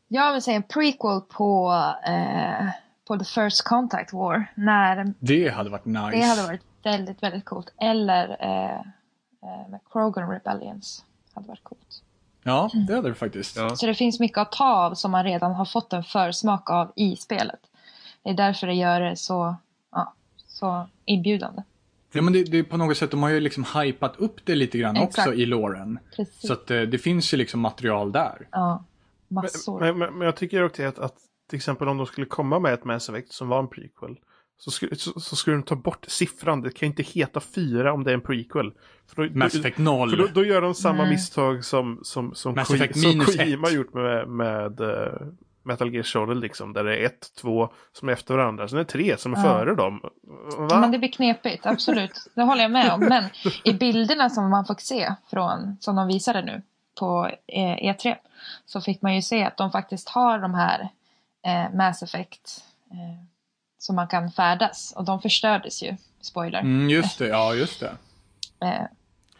Jag vill säga en prequel på, eh, på The First Contact War. När
Det hade varit nice.
det hade varit väldigt, väldigt coolt. Eller eh, eh, med Krogan Rebellions. Hade varit coolt.
Ja, det hade det faktiskt.
Ja.
Så det finns mycket att ta av som man redan har fått en försmak av i spelet. Det är därför det gör det så, ja, så inbjudande.
Ja, men det, det är på något sätt, de har ju liksom hypat upp det lite grann
Exakt.
också i låren.
Precis.
Så att eh, det finns ju liksom material där.
Ja, massor.
Men, men, men jag tycker också att, att till exempel om de skulle komma med ett Mass Effect som var en prequel så skulle, så, så skulle de ta bort siffran. Det kan ju inte heta fyra om det är en prequel. För då,
Mass
då-
Effect
För då,
0.
då gör de samma misstag som, som, som,
Mass
Ko-
Effect
som
minus
Kojima
ett.
gjort med, med eh, Metal Gear Solid. Liksom, där det är ett, två som är efter varandra. Sen är det tre som är före dem. Va?
Men det blir knepigt, absolut. Det håller jag med om. Men i bilderna som man fick se från, som de visade nu på eh, E3. Så fick man ju se att de faktiskt har de här eh, Mass Effect. Eh, som man kan färdas. Och de förstördes ju. Spoiler.
Mm, just det, ja just det.
Eh,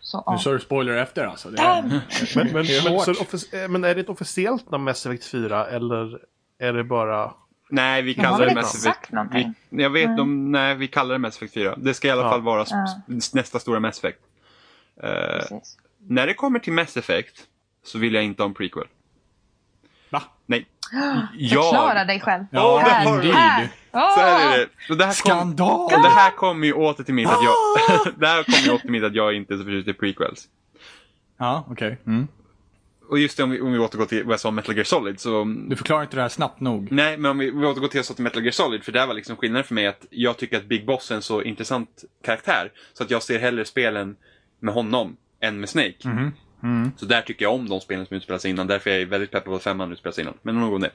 Så,
Nu
ja.
kör du spoiler efter alltså. Det
Damn!
är,
Men, men,
Det är
men,
hårt.
så offic- eh, men är det ett officiellt namn Mass Effect 4 eller är det bara...
Nej, vi
De har
kallar
väl
det
inte
Mass Effect.
sagt någonting?
Vi, jag vet, de, nej, vi kallar det Mass Effect 4. Det ska i alla
Ja.
fall vara sp-
Ja.
s- nästa stora Mass Effect. Eh,
Precis.
när det kommer till Mass Effect så vill jag inte ha en prequel.
va?
Nej.
[gasps] Förklara dig själv.
Ja,
här,
indeed.
här.
Så här är det. Så det här kom,
Skandal!
och det här kommer ju åter till mitt att jag, [laughs] det här kommer ju åter till mitt att jag inte är så förtjust i prequels.
Ja, okej. Mm.
Och just det, om vi, om vi återgår till vad jag sa om Metal Gear Solid så...
Du förklarar inte det här snabbt
Mm.
nog.
Nej, men om vi, vi återgår till jag sa till Metal Gear Solid, för där var liksom skillnaden för mig att jag tycker att Big Boss är en så intressant karaktär. Så att jag ser hellre spelen med honom än med Snake. Så där tycker jag om de spelen som utspelar sig innan. Därför är jag väldigt peppad på att femman utspelar sig innan. Men nog om det.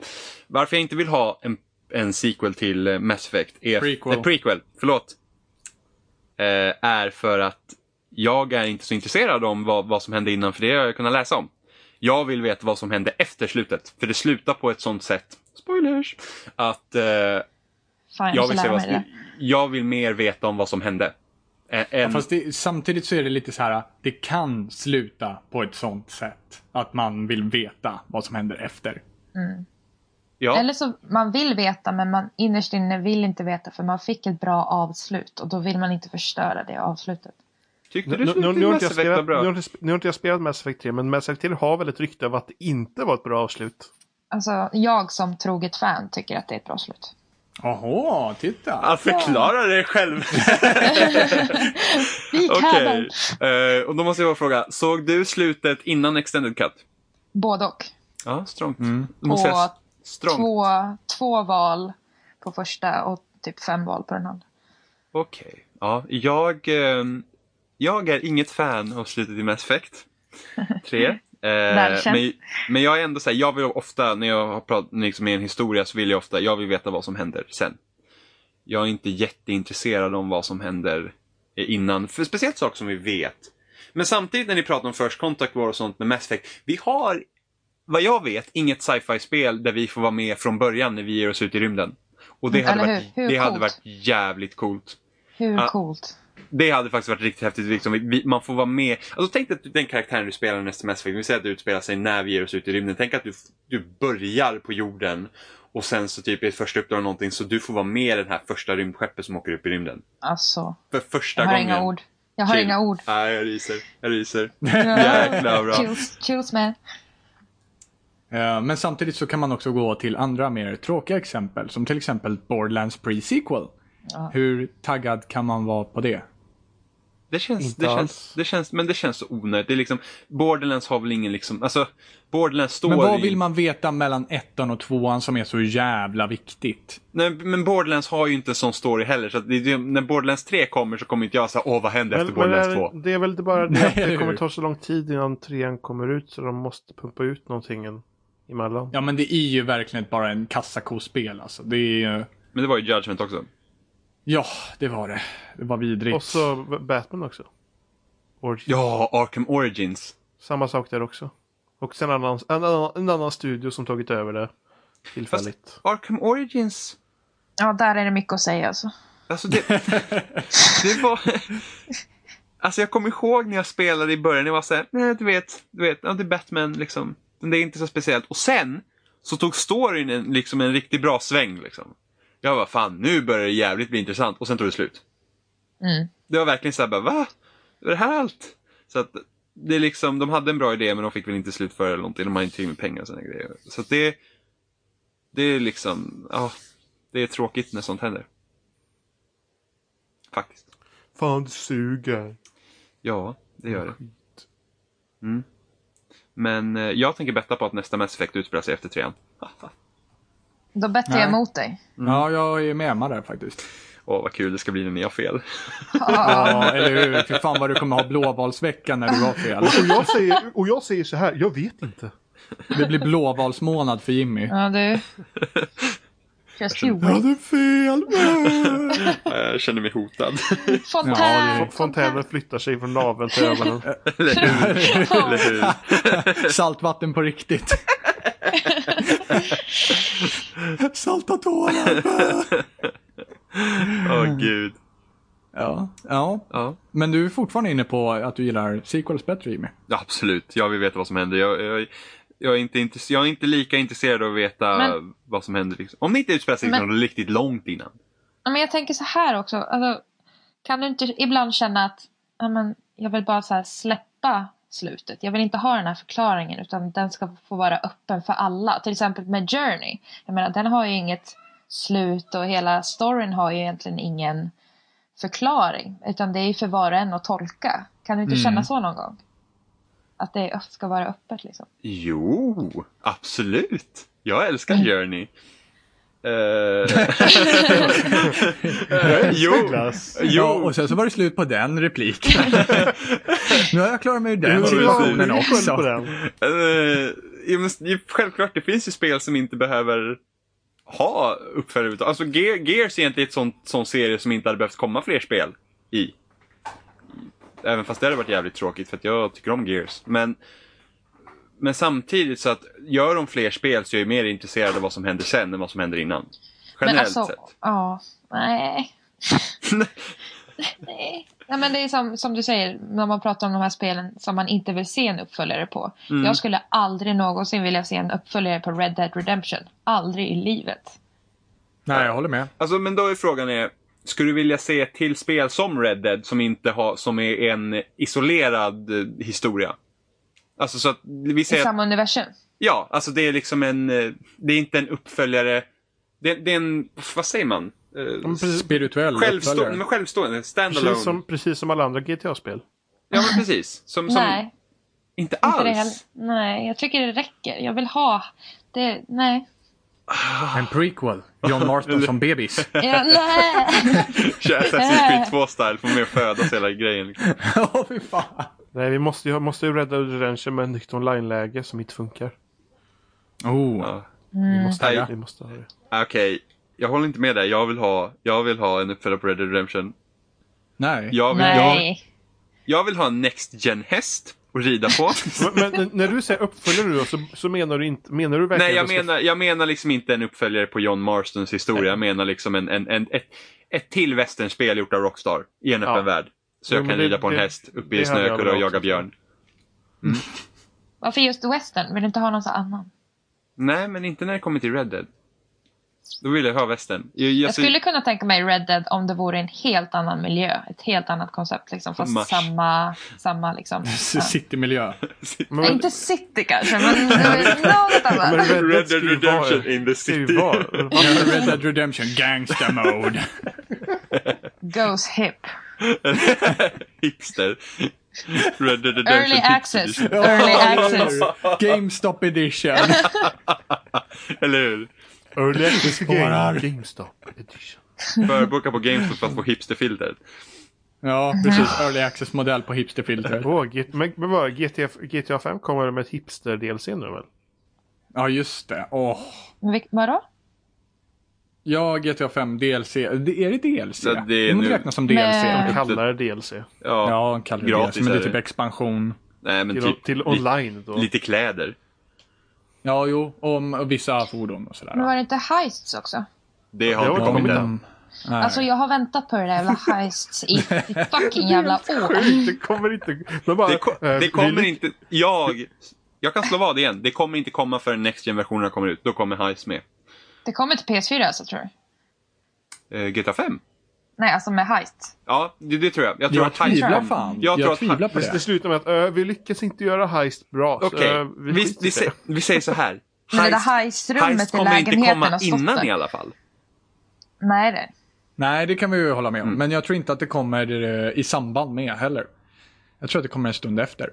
Varför jag inte vill ha en, en sequel till eh, Mass Effect. Är,
Prequel.
Nej, prequel, förlåt. Eh, är för att jag är inte så intresserad om vad, vad som hände innan, för det har jag kunnat läsa om. Jag vill veta vad som hände efter slutet. För det slutar på ett sånt sätt, spoilers, att eh,
Fan,
jag,
jag måste
vill se
lära
vad,
mig det.
jag vill mer veta om vad som hände. Ä- än-
Fast det, samtidigt så är det lite så här, det kan sluta på ett sånt sätt att man vill veta vad som händer efter.
ja.
Eller så man vill veta men man innerst inne vill inte veta för man fick ett bra avslut och då vill man inte förstöra det avslutet.
Tyckte
Nu,
du
nu, nu,
slutet i
har inte jag spelat, nu,
Mass Effect var bra?
har inte, sp- nu har inte jag spelat Mass Effect 3 men Mass Effect 3 har väl ett rykte av att det inte var ett bra avslut.
Alltså jag som troget fan tycker att det är ett bra slut.
Jaha, titta!
Alltså-
Ja, förklara det själv.
[laughs] Vi kan
Okej. Eh, och då måste jag bara fråga, såg du slutet innan extended cut?
både och.
Ja, strångt. Då måste jag-
Och
Strångt.
Två, två val på första och typ fem val på den andra.
Okej. Ja, jag, ehm, jag är inget fan av slutet i Mass Effect
[laughs]
3. Eh,
Välkänt.
men, men jag är ändå så här, jag vill ofta när jag har pratat liksom, i en historia så vill jag ofta, jag vill veta vad som händer sen. Jag är inte jätteintresserad om vad som händer eh, innan, för speciellt saker som vi vet. Men samtidigt när ni pratar om First Contact War och sånt med Mass Effect, vi har, vad jag vet, inget sci-fi-spel där vi får vara med från början när vi ger oss ut i rymden. Och det
Mm,
hade,
eller
varit,
hur? Hur
det hade
coolt?
varit jävligt coolt.
Hur
Ja.
coolt.
Det hade faktiskt varit riktigt häftigt. Liksom. Vi- Vi, man får vara med. Alltså, tänk dig att den karaktären du spelar i nästa Mass Effect, vi säger att det utspelar sig när vi ger oss ut i rymden. Tänk att du, du börjar på jorden och sen så typ i ett första uppdrag eller någonting så du får vara med i den här första rymdskeppet som åker upp i rymden.
Alltså,
För första
jag har
gången.
inga ord. Jag har
Kul.
inga ord.
Nej, jag ryser. Jag ryser.
Jäklar
Jäklar bra.
Chills, chills man.
Eh, Men samtidigt så kan man också gå till andra mer tråkiga exempel, som till exempel Borderlands pre-sequel.
Ja.
Hur taggad kan man vara på det?
Det känns,
Inte
det
alls.
känns, det känns, men det känns så onödigt. Det är liksom, Borderlands har väl ingen liksom, alltså, Borderlands står
Men vad
i-
vill man veta mellan ettan och tvåan som är så jävla viktigt?
Nej, men Borderlands har ju inte en sån story heller. Så att det, det, när Borderlands 3 kommer så kommer inte jag säga åh vad hände efter Borderlands 2?
är, det är väl inte [laughs] bara det att
Nej,
det
eller
kommer
hur?
ta så lång tid innan trean kommer ut så de måste pumpa ut någonting emellan.
Ja men det är ju verkligen bara en kassakospel alltså. Det är ju...
Men det var ju Judgment också.
Ja, det var det. Det var vidrigt.
Och så Batman också. Origins.
Ja, Arkham Origins.
Samma sak där också. Och sen en annan, en annan, en annan studio som tagit över det
Fast
tillfälligt.
Arkham Origins,
Ja, där är det mycket att säga alltså.
alltså det, [laughs] det var... Alltså jag kommer ihåg när jag spelade i början, jag var såhär, nej du vet, du vet, ja, det är Batman liksom. Men det är inte så speciellt. Och sen så tog storyn en, liksom en riktigt bra sväng liksom. Jag var fan, nu börjar det jävligt bli intressant. Och sen tog det slut.
Mm.
Det var verkligen såhär bara, va? Var det här allt? Så att det är liksom, de hade en bra idé men de fick väl inte slutföra det eller någonting. De hade inte tillräckligt med pengar och sådana grejer. Så att det, det är liksom, ja, det är tråkigt när sånt händer. Faktiskt.
Fan, det suger.
Ja, det gör det. Mm. Men eh, jag tänker betta på att nästa Mass Effect utspelar sig efter trean.
Då bettar
Nej.
jag emot dig.
Mm. Ja, jag är med Emma där faktiskt.
Åh, vad kul det ska bli när ni har fel.
Ja, eller hur? Fy fan vad du kommer ha blåvalsvecka när du har fel.
Och jag, säger, och jag säger så här, jag vet inte.
Det blir blåvalsmånad för Jimmy.
Ja, du. Just you
Jag
wait.
hade fel!
[laughs] jag känner mig hotad.
Fontän!
F- Fontänen flyttar sig från naveln
[laughs]
till ögonen.
[laughs] eller hur? Eller hur?
Saltvatten på riktigt. Salta tårar!
Åh gud.
Ja. ja.
Ja.
Men du är fortfarande inne på att du gillar sequels bättre Jimmy.
Ja, absolut, jag vill veta vad som händer. Jag, jag, jag, är, inte intresse- jag är inte lika intresserad av att veta
Men-
vad som händer. Liksom. Om det inte utspelar sig
Men-
liksom riktigt långt innan.
Ja, men jag tänker så här också. Alltså, kan du inte ibland känna att ja, men jag vill bara så här släppa slutet. Jag vill inte ha den här förklaringen utan den ska få vara öppen för alla. Till exempel med Journey. Jag menar den har ju inget slut och hela storyn har ju egentligen ingen förklaring. Utan det är ju för var och en att tolka. Kan du inte
Mm.
känna så någon gång? Att det ö- ska vara öppet liksom.
Jo, absolut. Jag älskar
Mm.
Journey. [laughs] Eh, [laughs] jo,
Niklas.
jo.
Eh, Ja, och sen så var det slut på den repliken. nu har jag klarat mig ur den
Hur
situationen
har
situationen
du koll på
också.
den?
Eh, ja, men, ju- självklart, det finns ju spel som inte behöver ha uppföljare överhuvudtaget. Alltså Ge- Gears är egentligen ett sånt, sån serie som inte hade behövt komma fler spel i. Även fast det hade varit jävligt tråkigt för att jag tycker om Gears. Men, men samtidigt så att gör de fler spel så är jag mer intresserad av vad som händer sen än vad som händer innan. Generellt
men alltså,
sett.
Ja,
[laughs]
nej. nej. Nej, men det är som, som du säger, när man pratar om de här spelen som man inte vill se en uppföljare på.
Mm.
Jag skulle aldrig någonsin vilja se en uppföljare på Red Dead Redemption. Aldrig i livet.
Nej, jag håller med.
Alltså men då är frågan är, skulle du vilja se ett till spel som Red Dead som inte har, som är en isolerad eh, historia? Alltså så att vi
I
säger att,
samma universum.
ja, alltså det är liksom en, eh, det är inte en uppföljare, det, det är en, vad säger man? Eh,
Precis,
Spirituell
Självstå-
uppföljare.
men självstående, standalone.
precis, som, precis som alla andra GTA-spel.
Ja men precis. Som, som,
nej,
inte
inte det
[laughs] alls.
heller. Nej, jag tycker det räcker. Jag vill ha... Det,
[laughs]
nej.
En prequel. John Marston som bebis.
Ja, nej.
Kör Assassin's
[laughs]
Creed 2 style, får mer födas hela grejen. Liksom.
Ja, fy fan.
Nej, vi måste ju, måste ju rädda Redemption med nytt online-läge som inte funkar.
Oh.
Mm. Ja.
Vi måste,
Nej.
vi måste ha det.
Ah, Okej, jag håller inte med dig. Jag vill ha, jag vill ha en uppföljare på Red Dead Redemption.
Nej.
Jag vill, jag,
nej.
Jag vill ha en Next Gen häst
[laughs]
att rida på.
Men, men när du säger uppföljer du då, så, så menar du inte, menar du verkligen
Nej, jag
att det ska-
menar, jag menar liksom inte en uppföljare på John Marstons historia. Jag menar liksom en, en, en, ett, ett till westernspel gjort av Rockstar i en
Ja.
öppen värld. Så
Jo,
jag
men
kan
det-
rida på en
det-
häst
det
uppe i
hade jag
snökurra
väl
och jaga
också.
björn.
Varför just western? Vill du inte ha någon sån annan?
Nej, men inte när det kommer till Red Dead. Då vill jag ha western. Jag, jag,
Jag
ser- [laughs]
skulle kunna tänka mig Red Dead om det vore en helt annan miljö. Ett helt annat koncept liksom. Fast
Mars.
samma,
[laughs]
samma liksom. Ja.
Citymiljö.
Nej,
Men,
Inte city
[laughs]
kanske, men något
men
annat.
Red Dead
Red
ska
Dead
ju vara-
Redemption in the
ska ju
city.
[laughs]
vara-
Red Dead Redemption Gangsta Mode.
Goes hip.
Hipster. Red Dead Redemption
Early
Hipster
access.
Edition. [laughs]
Early access.
GameStop edition.
Eller hur?
Early Access
spårar.
Game, GameStop Edition.
Förboka på Gamestop fast på hipsterfilter.
Ja, precis. Early access-modell på hipsterfilter.
Åh, G- men, men vad, GTA, GTA 5 kommer med ett hipster-DLC nu väl?
Ja, just det. Åh.
Vil- Vadå?
Ja, GTA 5 DLC. Det- Är det DLC?
Ja, det är
men
nu.
räknas som DLC.
De
Men-
kallar det DLC.
Ja,
Ja, en kallad
Gratis
DLC, men det
är
är typ
det.
expansion.
Nej, men
Till,
typ,
till
li-
online då.
Lite kläder.
Ja, jo. Om och vissa fordon och sådär.
Men var det inte heists också?
Det har
Det
inte
har
kommit
kommit
än.
än.
Nej.
Alltså jag har väntat på det där jävla
[laughs]
heists i i fucking jävla år.
Sjukt, det kommer inte... De bara,
Det, ko-
eh,
det kommer
vi-
inte... Jag... Jag kan slå vad igen. Det kommer inte komma förrän Next Gen-versionerna kommer ut. Då kommer Heist med.
Det kommer till PS4 alltså tror jag.
Eh, GTA 5?
Nej, alltså med heist.
Ja, det, det tror jag. Jag tror
Jag
att Heist
tvivlar
kom.
fan.
Jag,
Jag
tror
tvivlar
att...
på
Det, det slutar med att ö, vi lyckas inte göra heist bra. så, eh,
Okej,
ö,
vi, vi,
skiter i
sä- vi säger så här.
[laughs] Men det där heistrummet
heist
i
kommer inte
lägenheten
komma
och slottet.
innan i alla fall.
Nej det.
Nej, det kan vi ju hålla med
Mm.
om. Men jag tror inte att det kommer eh, i samband med heller. Jag tror att det kommer en stund efter.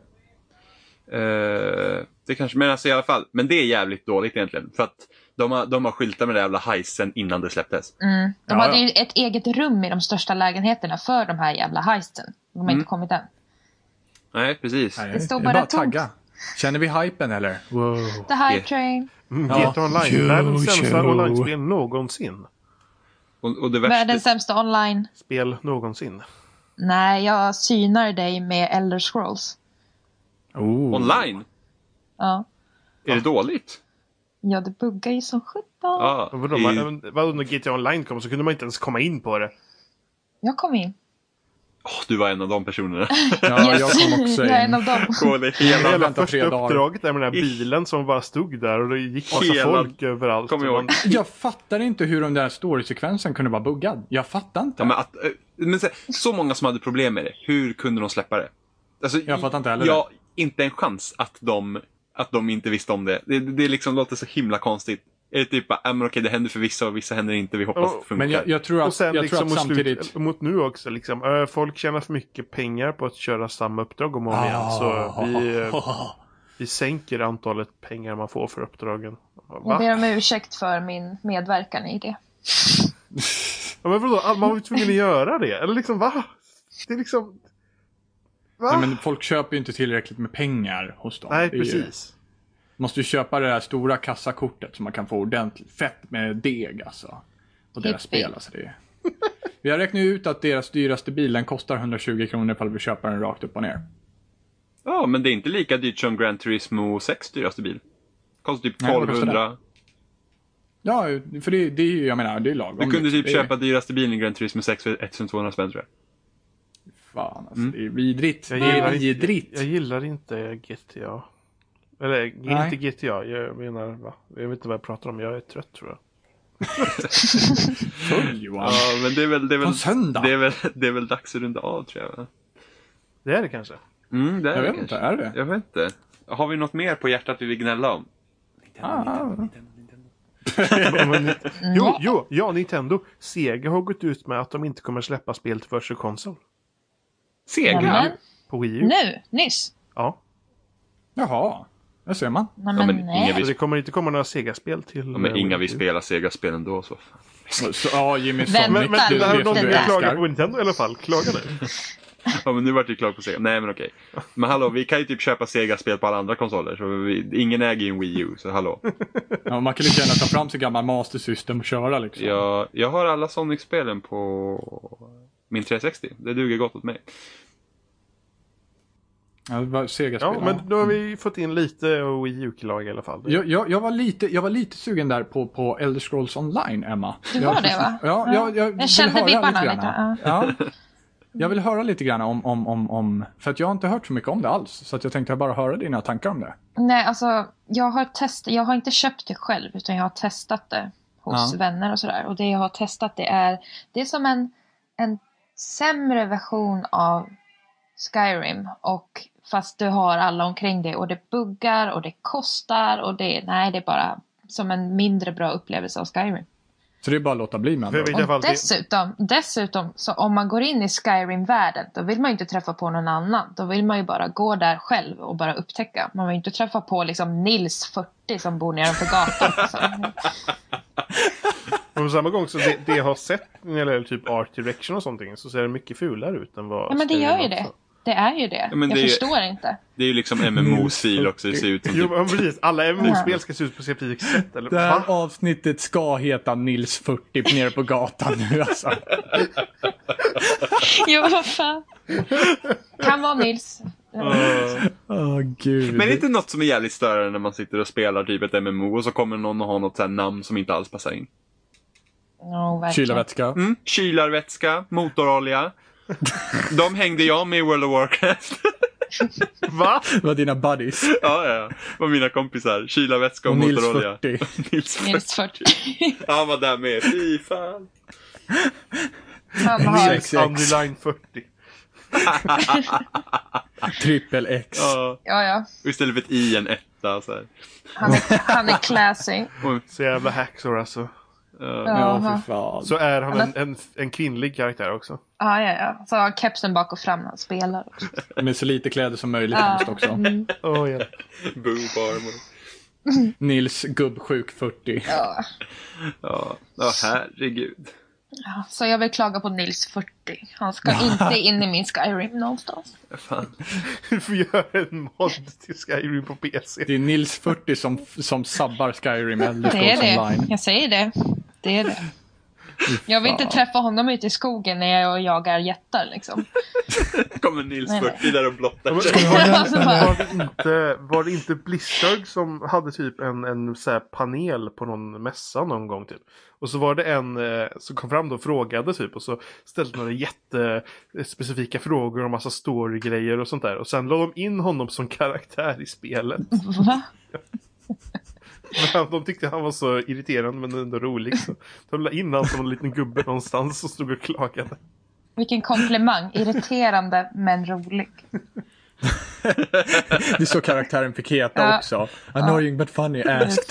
Eh, det kanske, men alltså i alla fall. Men det är jävligt dåligt egentligen. För att de har, de har skyltat med det jävla heisten innan det släpptes.
Mm. De
Ja,
hade ju
ja.
ett eget rum i de största lägenheterna för de här jävla heisten. De har
Mm.
inte kommit än.
Nej, precis.
Nej,
Det stod
är
bara
bara
tomt.
tagga. Känner vi hypen eller?
Wow.
The High
Yeah.
Train.
Mm,
Ja.
GTA Online,
Jo,
världens sämsta
jo.
online-spel någonsin.
Och, och det
Världens
värsta...
sämsta online.
Spel någonsin.
Nej, jag synar dig med Elder Scrolls.
Oh.
Online?
Ja.
Är det dåligt?
Ja, det buggar ju som sjutton.
Ja.
Vadå,
det är ju-
man, vadå, när GTA Online kom så kunde man inte ens komma in på det.
Jag kom in.
Åh, du var en av de personerna.
Ja, jag kom också in.
[laughs] jag är en av dem.
Både
Jag
hela,
har
Hela
väntat
första
tre dagar.
uppdraget där med den här
Ish.
bilen som bara stod där och det gick massa
Hela-
folk överallt.
kommer jag ihåg.
Jag fattar inte hur den där storysekvensen kunde vara buggad. Jag fattar inte.
Ja, men att, eh, men så, så många som hade problem med det, hur kunde de släppa det? Alltså,
Jag fattar inte heller
Ja, inte en chans att de, att de inte visste om det. Det, det liksom låter så himla konstigt. Är det typ bara, "Ah, men okej det händer för vissa och vissa händer inte, vi hoppas att
Ja,
det funkar.
Men jag, jag tror att,
Och sen
jag
liksom
tror att
mot,
samtidigt...
slut, mot nu också liksom. eh, Folk tjänar för mycket pengar på att köra samma uppdrag om och om igen. Så
alltså,
vi, eh,
Ah.
vi sänker antalet pengar man får för uppdragen.
Jag
Va?
ber om ursäkt för min medverkan i det.
Ja, men vadå? Man var ju tvungen att göra det. Eller liksom va? Det är liksom... Va?
Nej, men folk köper ju inte tillräckligt med pengar hos dem.
Nej,
Det är ju-
precis.
måste ju köpa det där stora kassakortet så man kan få ordentligt fett med deg alltså. På deras
Jippi.
spel alltså. Det är... Vi har räknat ut att deras dyraste bil den kostar 120 kronor ifall vi köper den rakt upp och ner.
Ja, men det är inte lika dyrt som Gran Turismo 6 dyraste bil. Kostar typ
Nej, vad kostar
1200.
Ja, för det, det är ju, jag menar, det är lagom.
Du kunde
liksom.
typ
det är,
köpa dyraste bilen i Gran Turismo 6 för 1200 spänn tror jag.
Fan
Mm.
alltså, det är vidrigt. Det
Jag
är
gillar,
vidrigt.
inte, jag gillar inte GTA. Eller
Nej.
inte GTA, jag menar va? Jag vet inte vad jag pratar om, jag är trött tror jag.
Full Johan.
Ja, men det är väl, det är väl,
På söndag?
Det är väl, det är väl dags att runda av tror jag. va?
Det är det [laughs] kanske.
Mm, det är
Jag
det
vet
kanske.
inte, är det?
Jag vet inte. Har vi något mer på hjärtat vi vill gnälla om?
Ah,
Ja, men, jo, jo, ja, Nintendo. Sega har gått ut med att de inte kommer släppa spel till första konsol.
Sega?
Nämen,
På Wii U.
nu, nyss.
Ja.
jaha, där ser man.
Nej,
Ja,
men,
men
nej.
inga
Så det kommer inte komma några Sega-spel till...
Ja, men
eh,
inga
Wii
vill
U.
spela Sega-spel ändå. Så. fan.
Så, ja, Jimmy
Men-
Sonic,
Men, men
du
det här är
vet
någon
du
som
där.
klagar
älskar.
på Nintendo i alla fall. Klaga nu.
Ja, men nu vart det klart på Sega. Nej, men okej. Men hallå, vi kan ju typ köpa Sega-spel på alla andra konsoler. Så vi, ingen äger ju en Wii U, så hallå.
Ja, man kan lika gärna ta fram sin gamla Master System och köra liksom.
Jag, jag har alla Sonic-spelen på min 360. Det duger gott åt mig.
Ja, det var Sega-spel.
Ja, men då har vi fått in lite Wii U-klag i alla fall.
Jag, jag, jag, var lite, jag var lite sugen där på, på Elder Scrolls Online, Emma.
Du
jag,
var det, va?
Ja, jag, jag, vill
kände
höra
vibbarna
lite.
lite,
Grann. Ja. Jag vill höra lite grann om, om, om, om, för att jag har inte hört så mycket om det alls. Så att jag tänkte bara höra dina tankar om det.
Nej, alltså jag har, test, jag har inte köpt det själv utan jag har testat det hos
Ja.
vänner och sådär. Och det jag har testat det är, det är som en, en sämre version av Skyrim. Och fast du har alla omkring dig och det buggar och det kostar och det, nej det är bara som en mindre bra upplevelse av Skyrim.
Så det är bara att låta bli med
För i
det.
vilket fall,
Och
det,
dessutom, dessutom, så om man går in i Skyrim-världen, då vill man ju inte träffa på någon annan. Då vill man ju bara gå där själv och bara upptäcka. Man vill ju inte träffa på liksom Nils 40 som bor nedanför gatan. Liksom. Så,
men på samma gång så det, det jag har sett när det gäller typ art direction och sånt så ser det mycket fulare ut än vad...
ja, men det gör ju
Skyrim
det.
också.
Det är ju det.
Ja, men
jag
det är ju-
förstår inte. [laughs]
Det är ju liksom MMO-stil också. Det ser ut som
Jo,
typ...
men precis. Alla MMO-spel ska se ut på specifikt sätt. Eller?
Det här
Va?
avsnittet ska heta Nils 40 nere på gatan
[laughs]
nu alltså.
Jo, vad fan. Kan vara Nils.
Åh gud.
Men är det inte något som är jävligt störande när man sitter och spelar typ ett MMO och så kommer någon och har något så här namn som inte alls passar in?
Oh,
Kyla
verkligen.
vätska.
Mm, kylarvätska, motorolja. De hängde jag med i World of Warcraft.
Va?
Det var dina buddies.
Ja, ja, ja. var mina kompisar. Kylarvätska och,
Och Nils
motorolja.
40.
[laughs] Nils 40.
Nils 40.
Ja, Han var där med. Fy fan.
Han har,
Sex, sex.
Underline 40.
Trippel X.
Ja.
ja, ja.
Och istället för ett i, en etta. Så här.
Han är, han är classy.
Så jävla hacksor alltså.
Ja,
Jaha.
för fan.
Så är han
Alltså-
en, en, en kvinnlig karaktär också.
Ja, ja, ja. Så har han kepsen bak och fram när han spelar. också.
Med så lite kläder som möjligt
Ja.
helst också.
Åh, [laughs] ja.
Boo barmor.
Nils gubbsjuk 40.
Ja.
Ja, ja herregud.
Så jag vill klaga på Nils 40. Han ska
[laughs]
inte in i min Skyrim någonstans.
Fan.
Du får göra en mod till Skyrim på PC.
Det är Nils 40 som, som sabbar Skyrim eller
Det är
Scrolls
det.
Online.
Jag säger det. Det är det. Jag vill inte träffa honom ute i skogen när jag jagar jättar liksom. [laughs]
Kommer Nils
Nej, nej.
Bucky där och blottar sig. [laughs]
Var
Alltså
det,
bara-
var, det inte, var det inte Blizzard som hade typ en, en så här panel på någon mässa någon gång typ? Och så var det en eh, som kom fram då och frågade typ och så ställde några jättespecifika frågor om massa storygrejer och sånt där. Och sen la de in honom som karaktär i spelet.
Va?
Men de tyckte han var så irriterande men ändå rolig. Så de la in honom som en liten gubbe någonstans och stod och klagade.
Vilken komplimang. Irriterande men rolig.
Det är så karaktären fick heta
Ja.
också. Annoying but funny asked.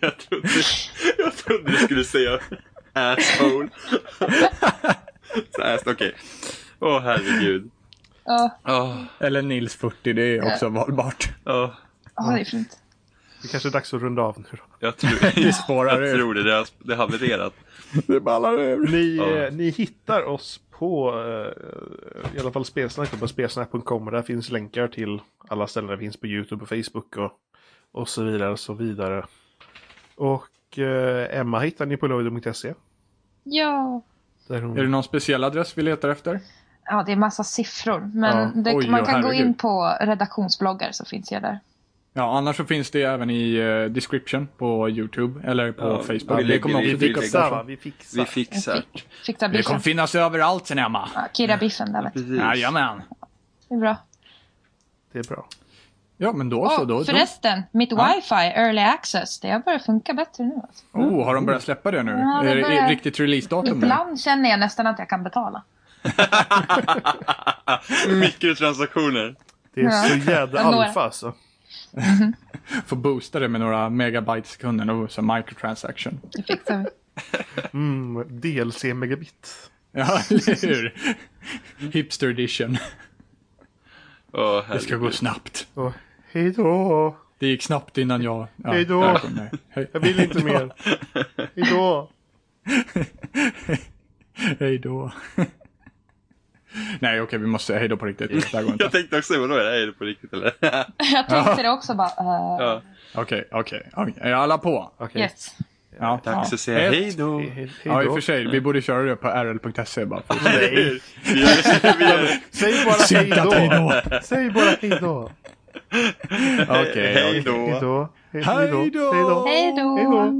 Jag trodde, jag trodde du skulle säga asshole. Så ass, okej. Åh herregud.
Ja,
Åh,
Eller Nils 40, det är också valbart.
åh.
oh, det är fint.
Det kanske är dags att runda av nu då.
jag tror,
Vi spårar
jag
ur.
tror det, det har, det har havererat.
Det ballar ur.
Ni,
Ja.
eh, ni hittar oss på eh, i alla fall spelsnack på spelsnack.com och där finns länkar till alla ställen. Det finns på Youtube och Facebook och, och så vidare och så vidare. Och eh, Emma hittar ni på loido.se.
Ja.
Där hon...
Är det någon speciell adress vi letar efter?
Ja, det är massa siffror. Men
Ja,
det,
oj,
man
ja,
kan gå
herregud.
in på redaktionsbloggar så finns jag där.
Ja, annars så finns det även i eh, description på YouTube eller på
Ja,
Facebook.
vi
det
lägger
kommer
det i
också dyka
bilden.
upp där.
fixar
som-
va? Vi fixar.
Vi fixar.
Fick, fick ta
Det
biffen.
kommer finnas överallt sen Emma.
Ja, Kirra-biffen där vet du.
Precis.
Jajamän.
Det är bra.
Det är bra.
Ja, men då så.
Och
Då, då.
förresten, mitt wifi, early access, det har börjat funka bättre nu. Alltså.
Oh, har de börjat släppa det nu?
Ja, det
är det
börjar-
riktigt releasedatum nu?
Ibland känner jag nästan att jag kan betala.
Mikrotransaktioner.
Det är
Ja.
så jädra
[laughs] Några.
alfa alltså.
Får boosta det med några megabyte i sekunden och så microtransaction.
Det fixar vi.
Mm, DLC megabit.
Ja, eller hur?
[laughs]
Hipster edition.
Åh
Det ska gå
herregud.
snabbt.
Och hej då!
Det gick snabbt innan jag... Ja,
Hej då.
jag kom med. Hej-
Jag vill inte mer. Hej då!
[laughs] Hej då. Nej, okej, vi måste... Hej då på riktigt. Det här
[laughs]
går inte.
Jag tänkte också, vadå är det, är det på riktigt eller?
[laughs]
[laughs]
Jag tänkte det också bara. eh,
Ja.
Okej, okej. okej. Är alla på?
Okej.
yes.
Ja.
Dags
ja.
att säga
Ett.
hej då.
Hej, hej
Ja, i och
då.
för sig. Vi borde köra det på rl.se E bara.
[laughs]
För...
Nej.
Vi gör, vi gör,
Säg bara hej
Synkat hej
då!
då.
Säg bara hej då!
Okej,
hej
okej.
Hej
då.
då! Hej
Hej
då!
då.
Hej då!
Hej
Hej
då!
då!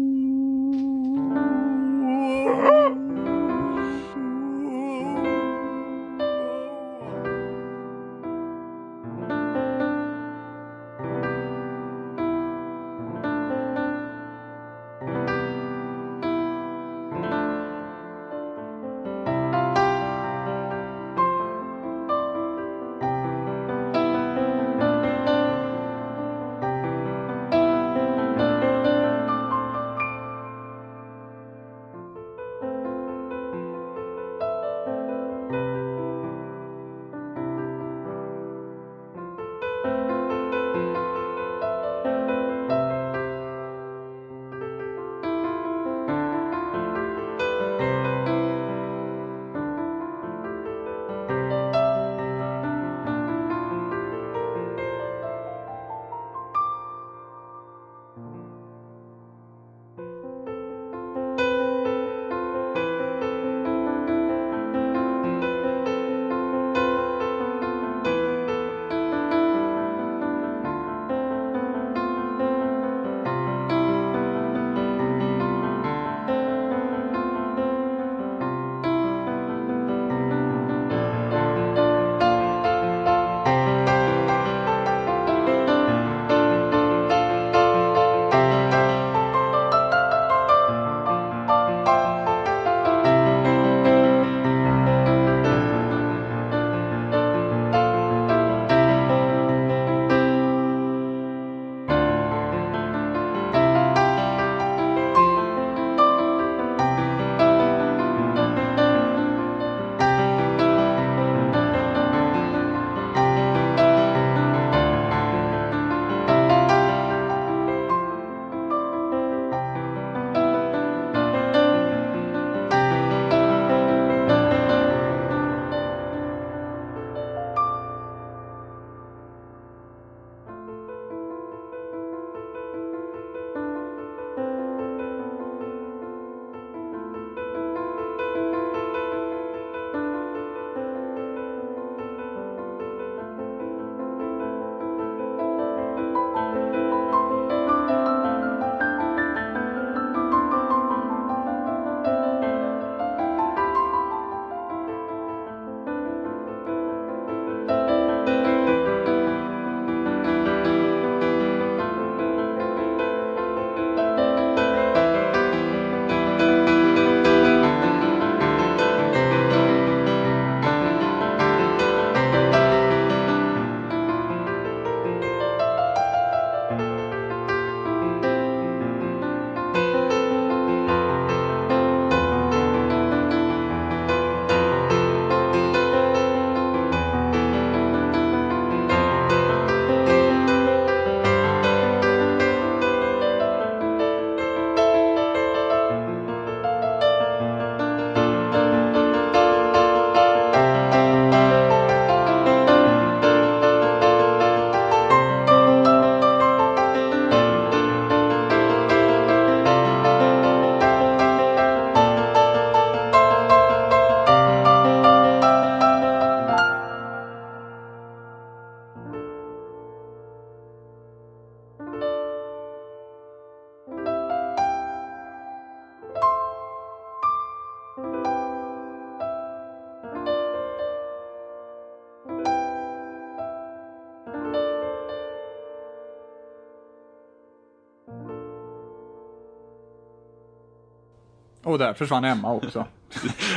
Och där försvann Emma också.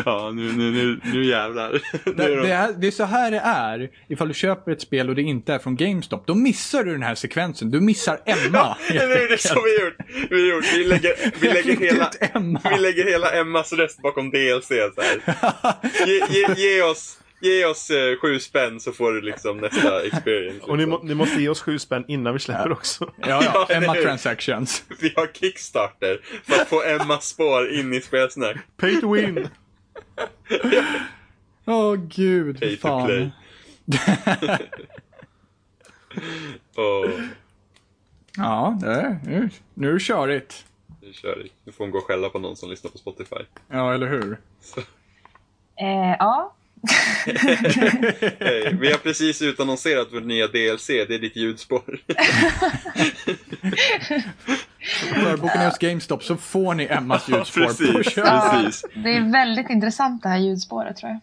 Ja, nu, nu, nu, nu jävlar. Nu
Det,
är
det,
de...
är, det är så här det är ifall du köper ett spel och det inte är från GameStop. Då missar du den här sekvensen. Du missar
[laughs]
Emma.
Eller hur, det är så vi gjort. Vi, gjort. vi lägger, vi lägger,
Jag klickade
hela,
ut Emma.
vi lägger hela Emmas röst bakom DLC. Så här. Ge, ge, ge oss, ge oss eh, sju spänn så får du liksom nästa experience. Liksom.
Och ni, må, ni måste ge oss sju spänn innan vi släpper också.
Ja, ja.
Ja, eller
Emma
hur?
Transactions.
[laughs] Vi har Kickstarter för att få Emmas spår in i spelsnack.
Pay to win!
Åh gud,
Pay
fy
to play. [laughs]
fan.
Och
Ja, det är, nu, nu är det körigt.
nu kör vi. Nu får hon gå och skälla på någon som lyssnar på Spotify.
Ja, eller hur?
Eh, ja,
Hej, vi har precis utannonserat vårt nya DLC, det är ditt [laughs] ljudspår.
Förbokar ni hos GameStop så får ni
[laughs]
Emmas ljudspår på
precis,
köpet.
precis.
det är väldigt intressant det här ljudspåret tror jag.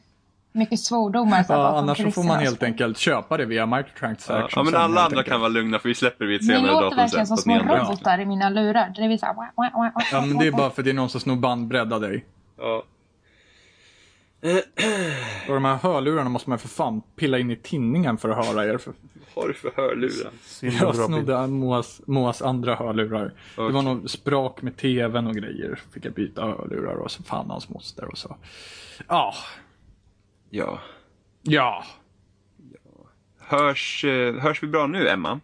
Mycket svordomar. så här,
Ja,
bakom
annars så får man
kulisserna.
helt enkelt köpa det via microtransactions.
Ja, men alla andra kan vara lugna för vi släpper vid ett
Ni
senare
låter
datum
verkligen
sen.
som
så att ni
små
andra-
robotar i mina lurar. Det är så här, wah, wah, wah, wah,
Ja, men det är bara för att det är någon som snor bandbredda dig.
Ja.
Och de här hörlurarna måste man för fan pilla in i tinningen för att höra er. För
Vad har du för hörlurar?
Synd och
jag
bra bild.
snodde Moas, Moas andra hörlurar. Det
Okej.
var något sprak med tvn och grejer. Fick jag byta hörlurar och så fan hans moster och så. Ah, Ja,
Ja.
ja.
Hörs, eh, hörs vi bra nu, Emma?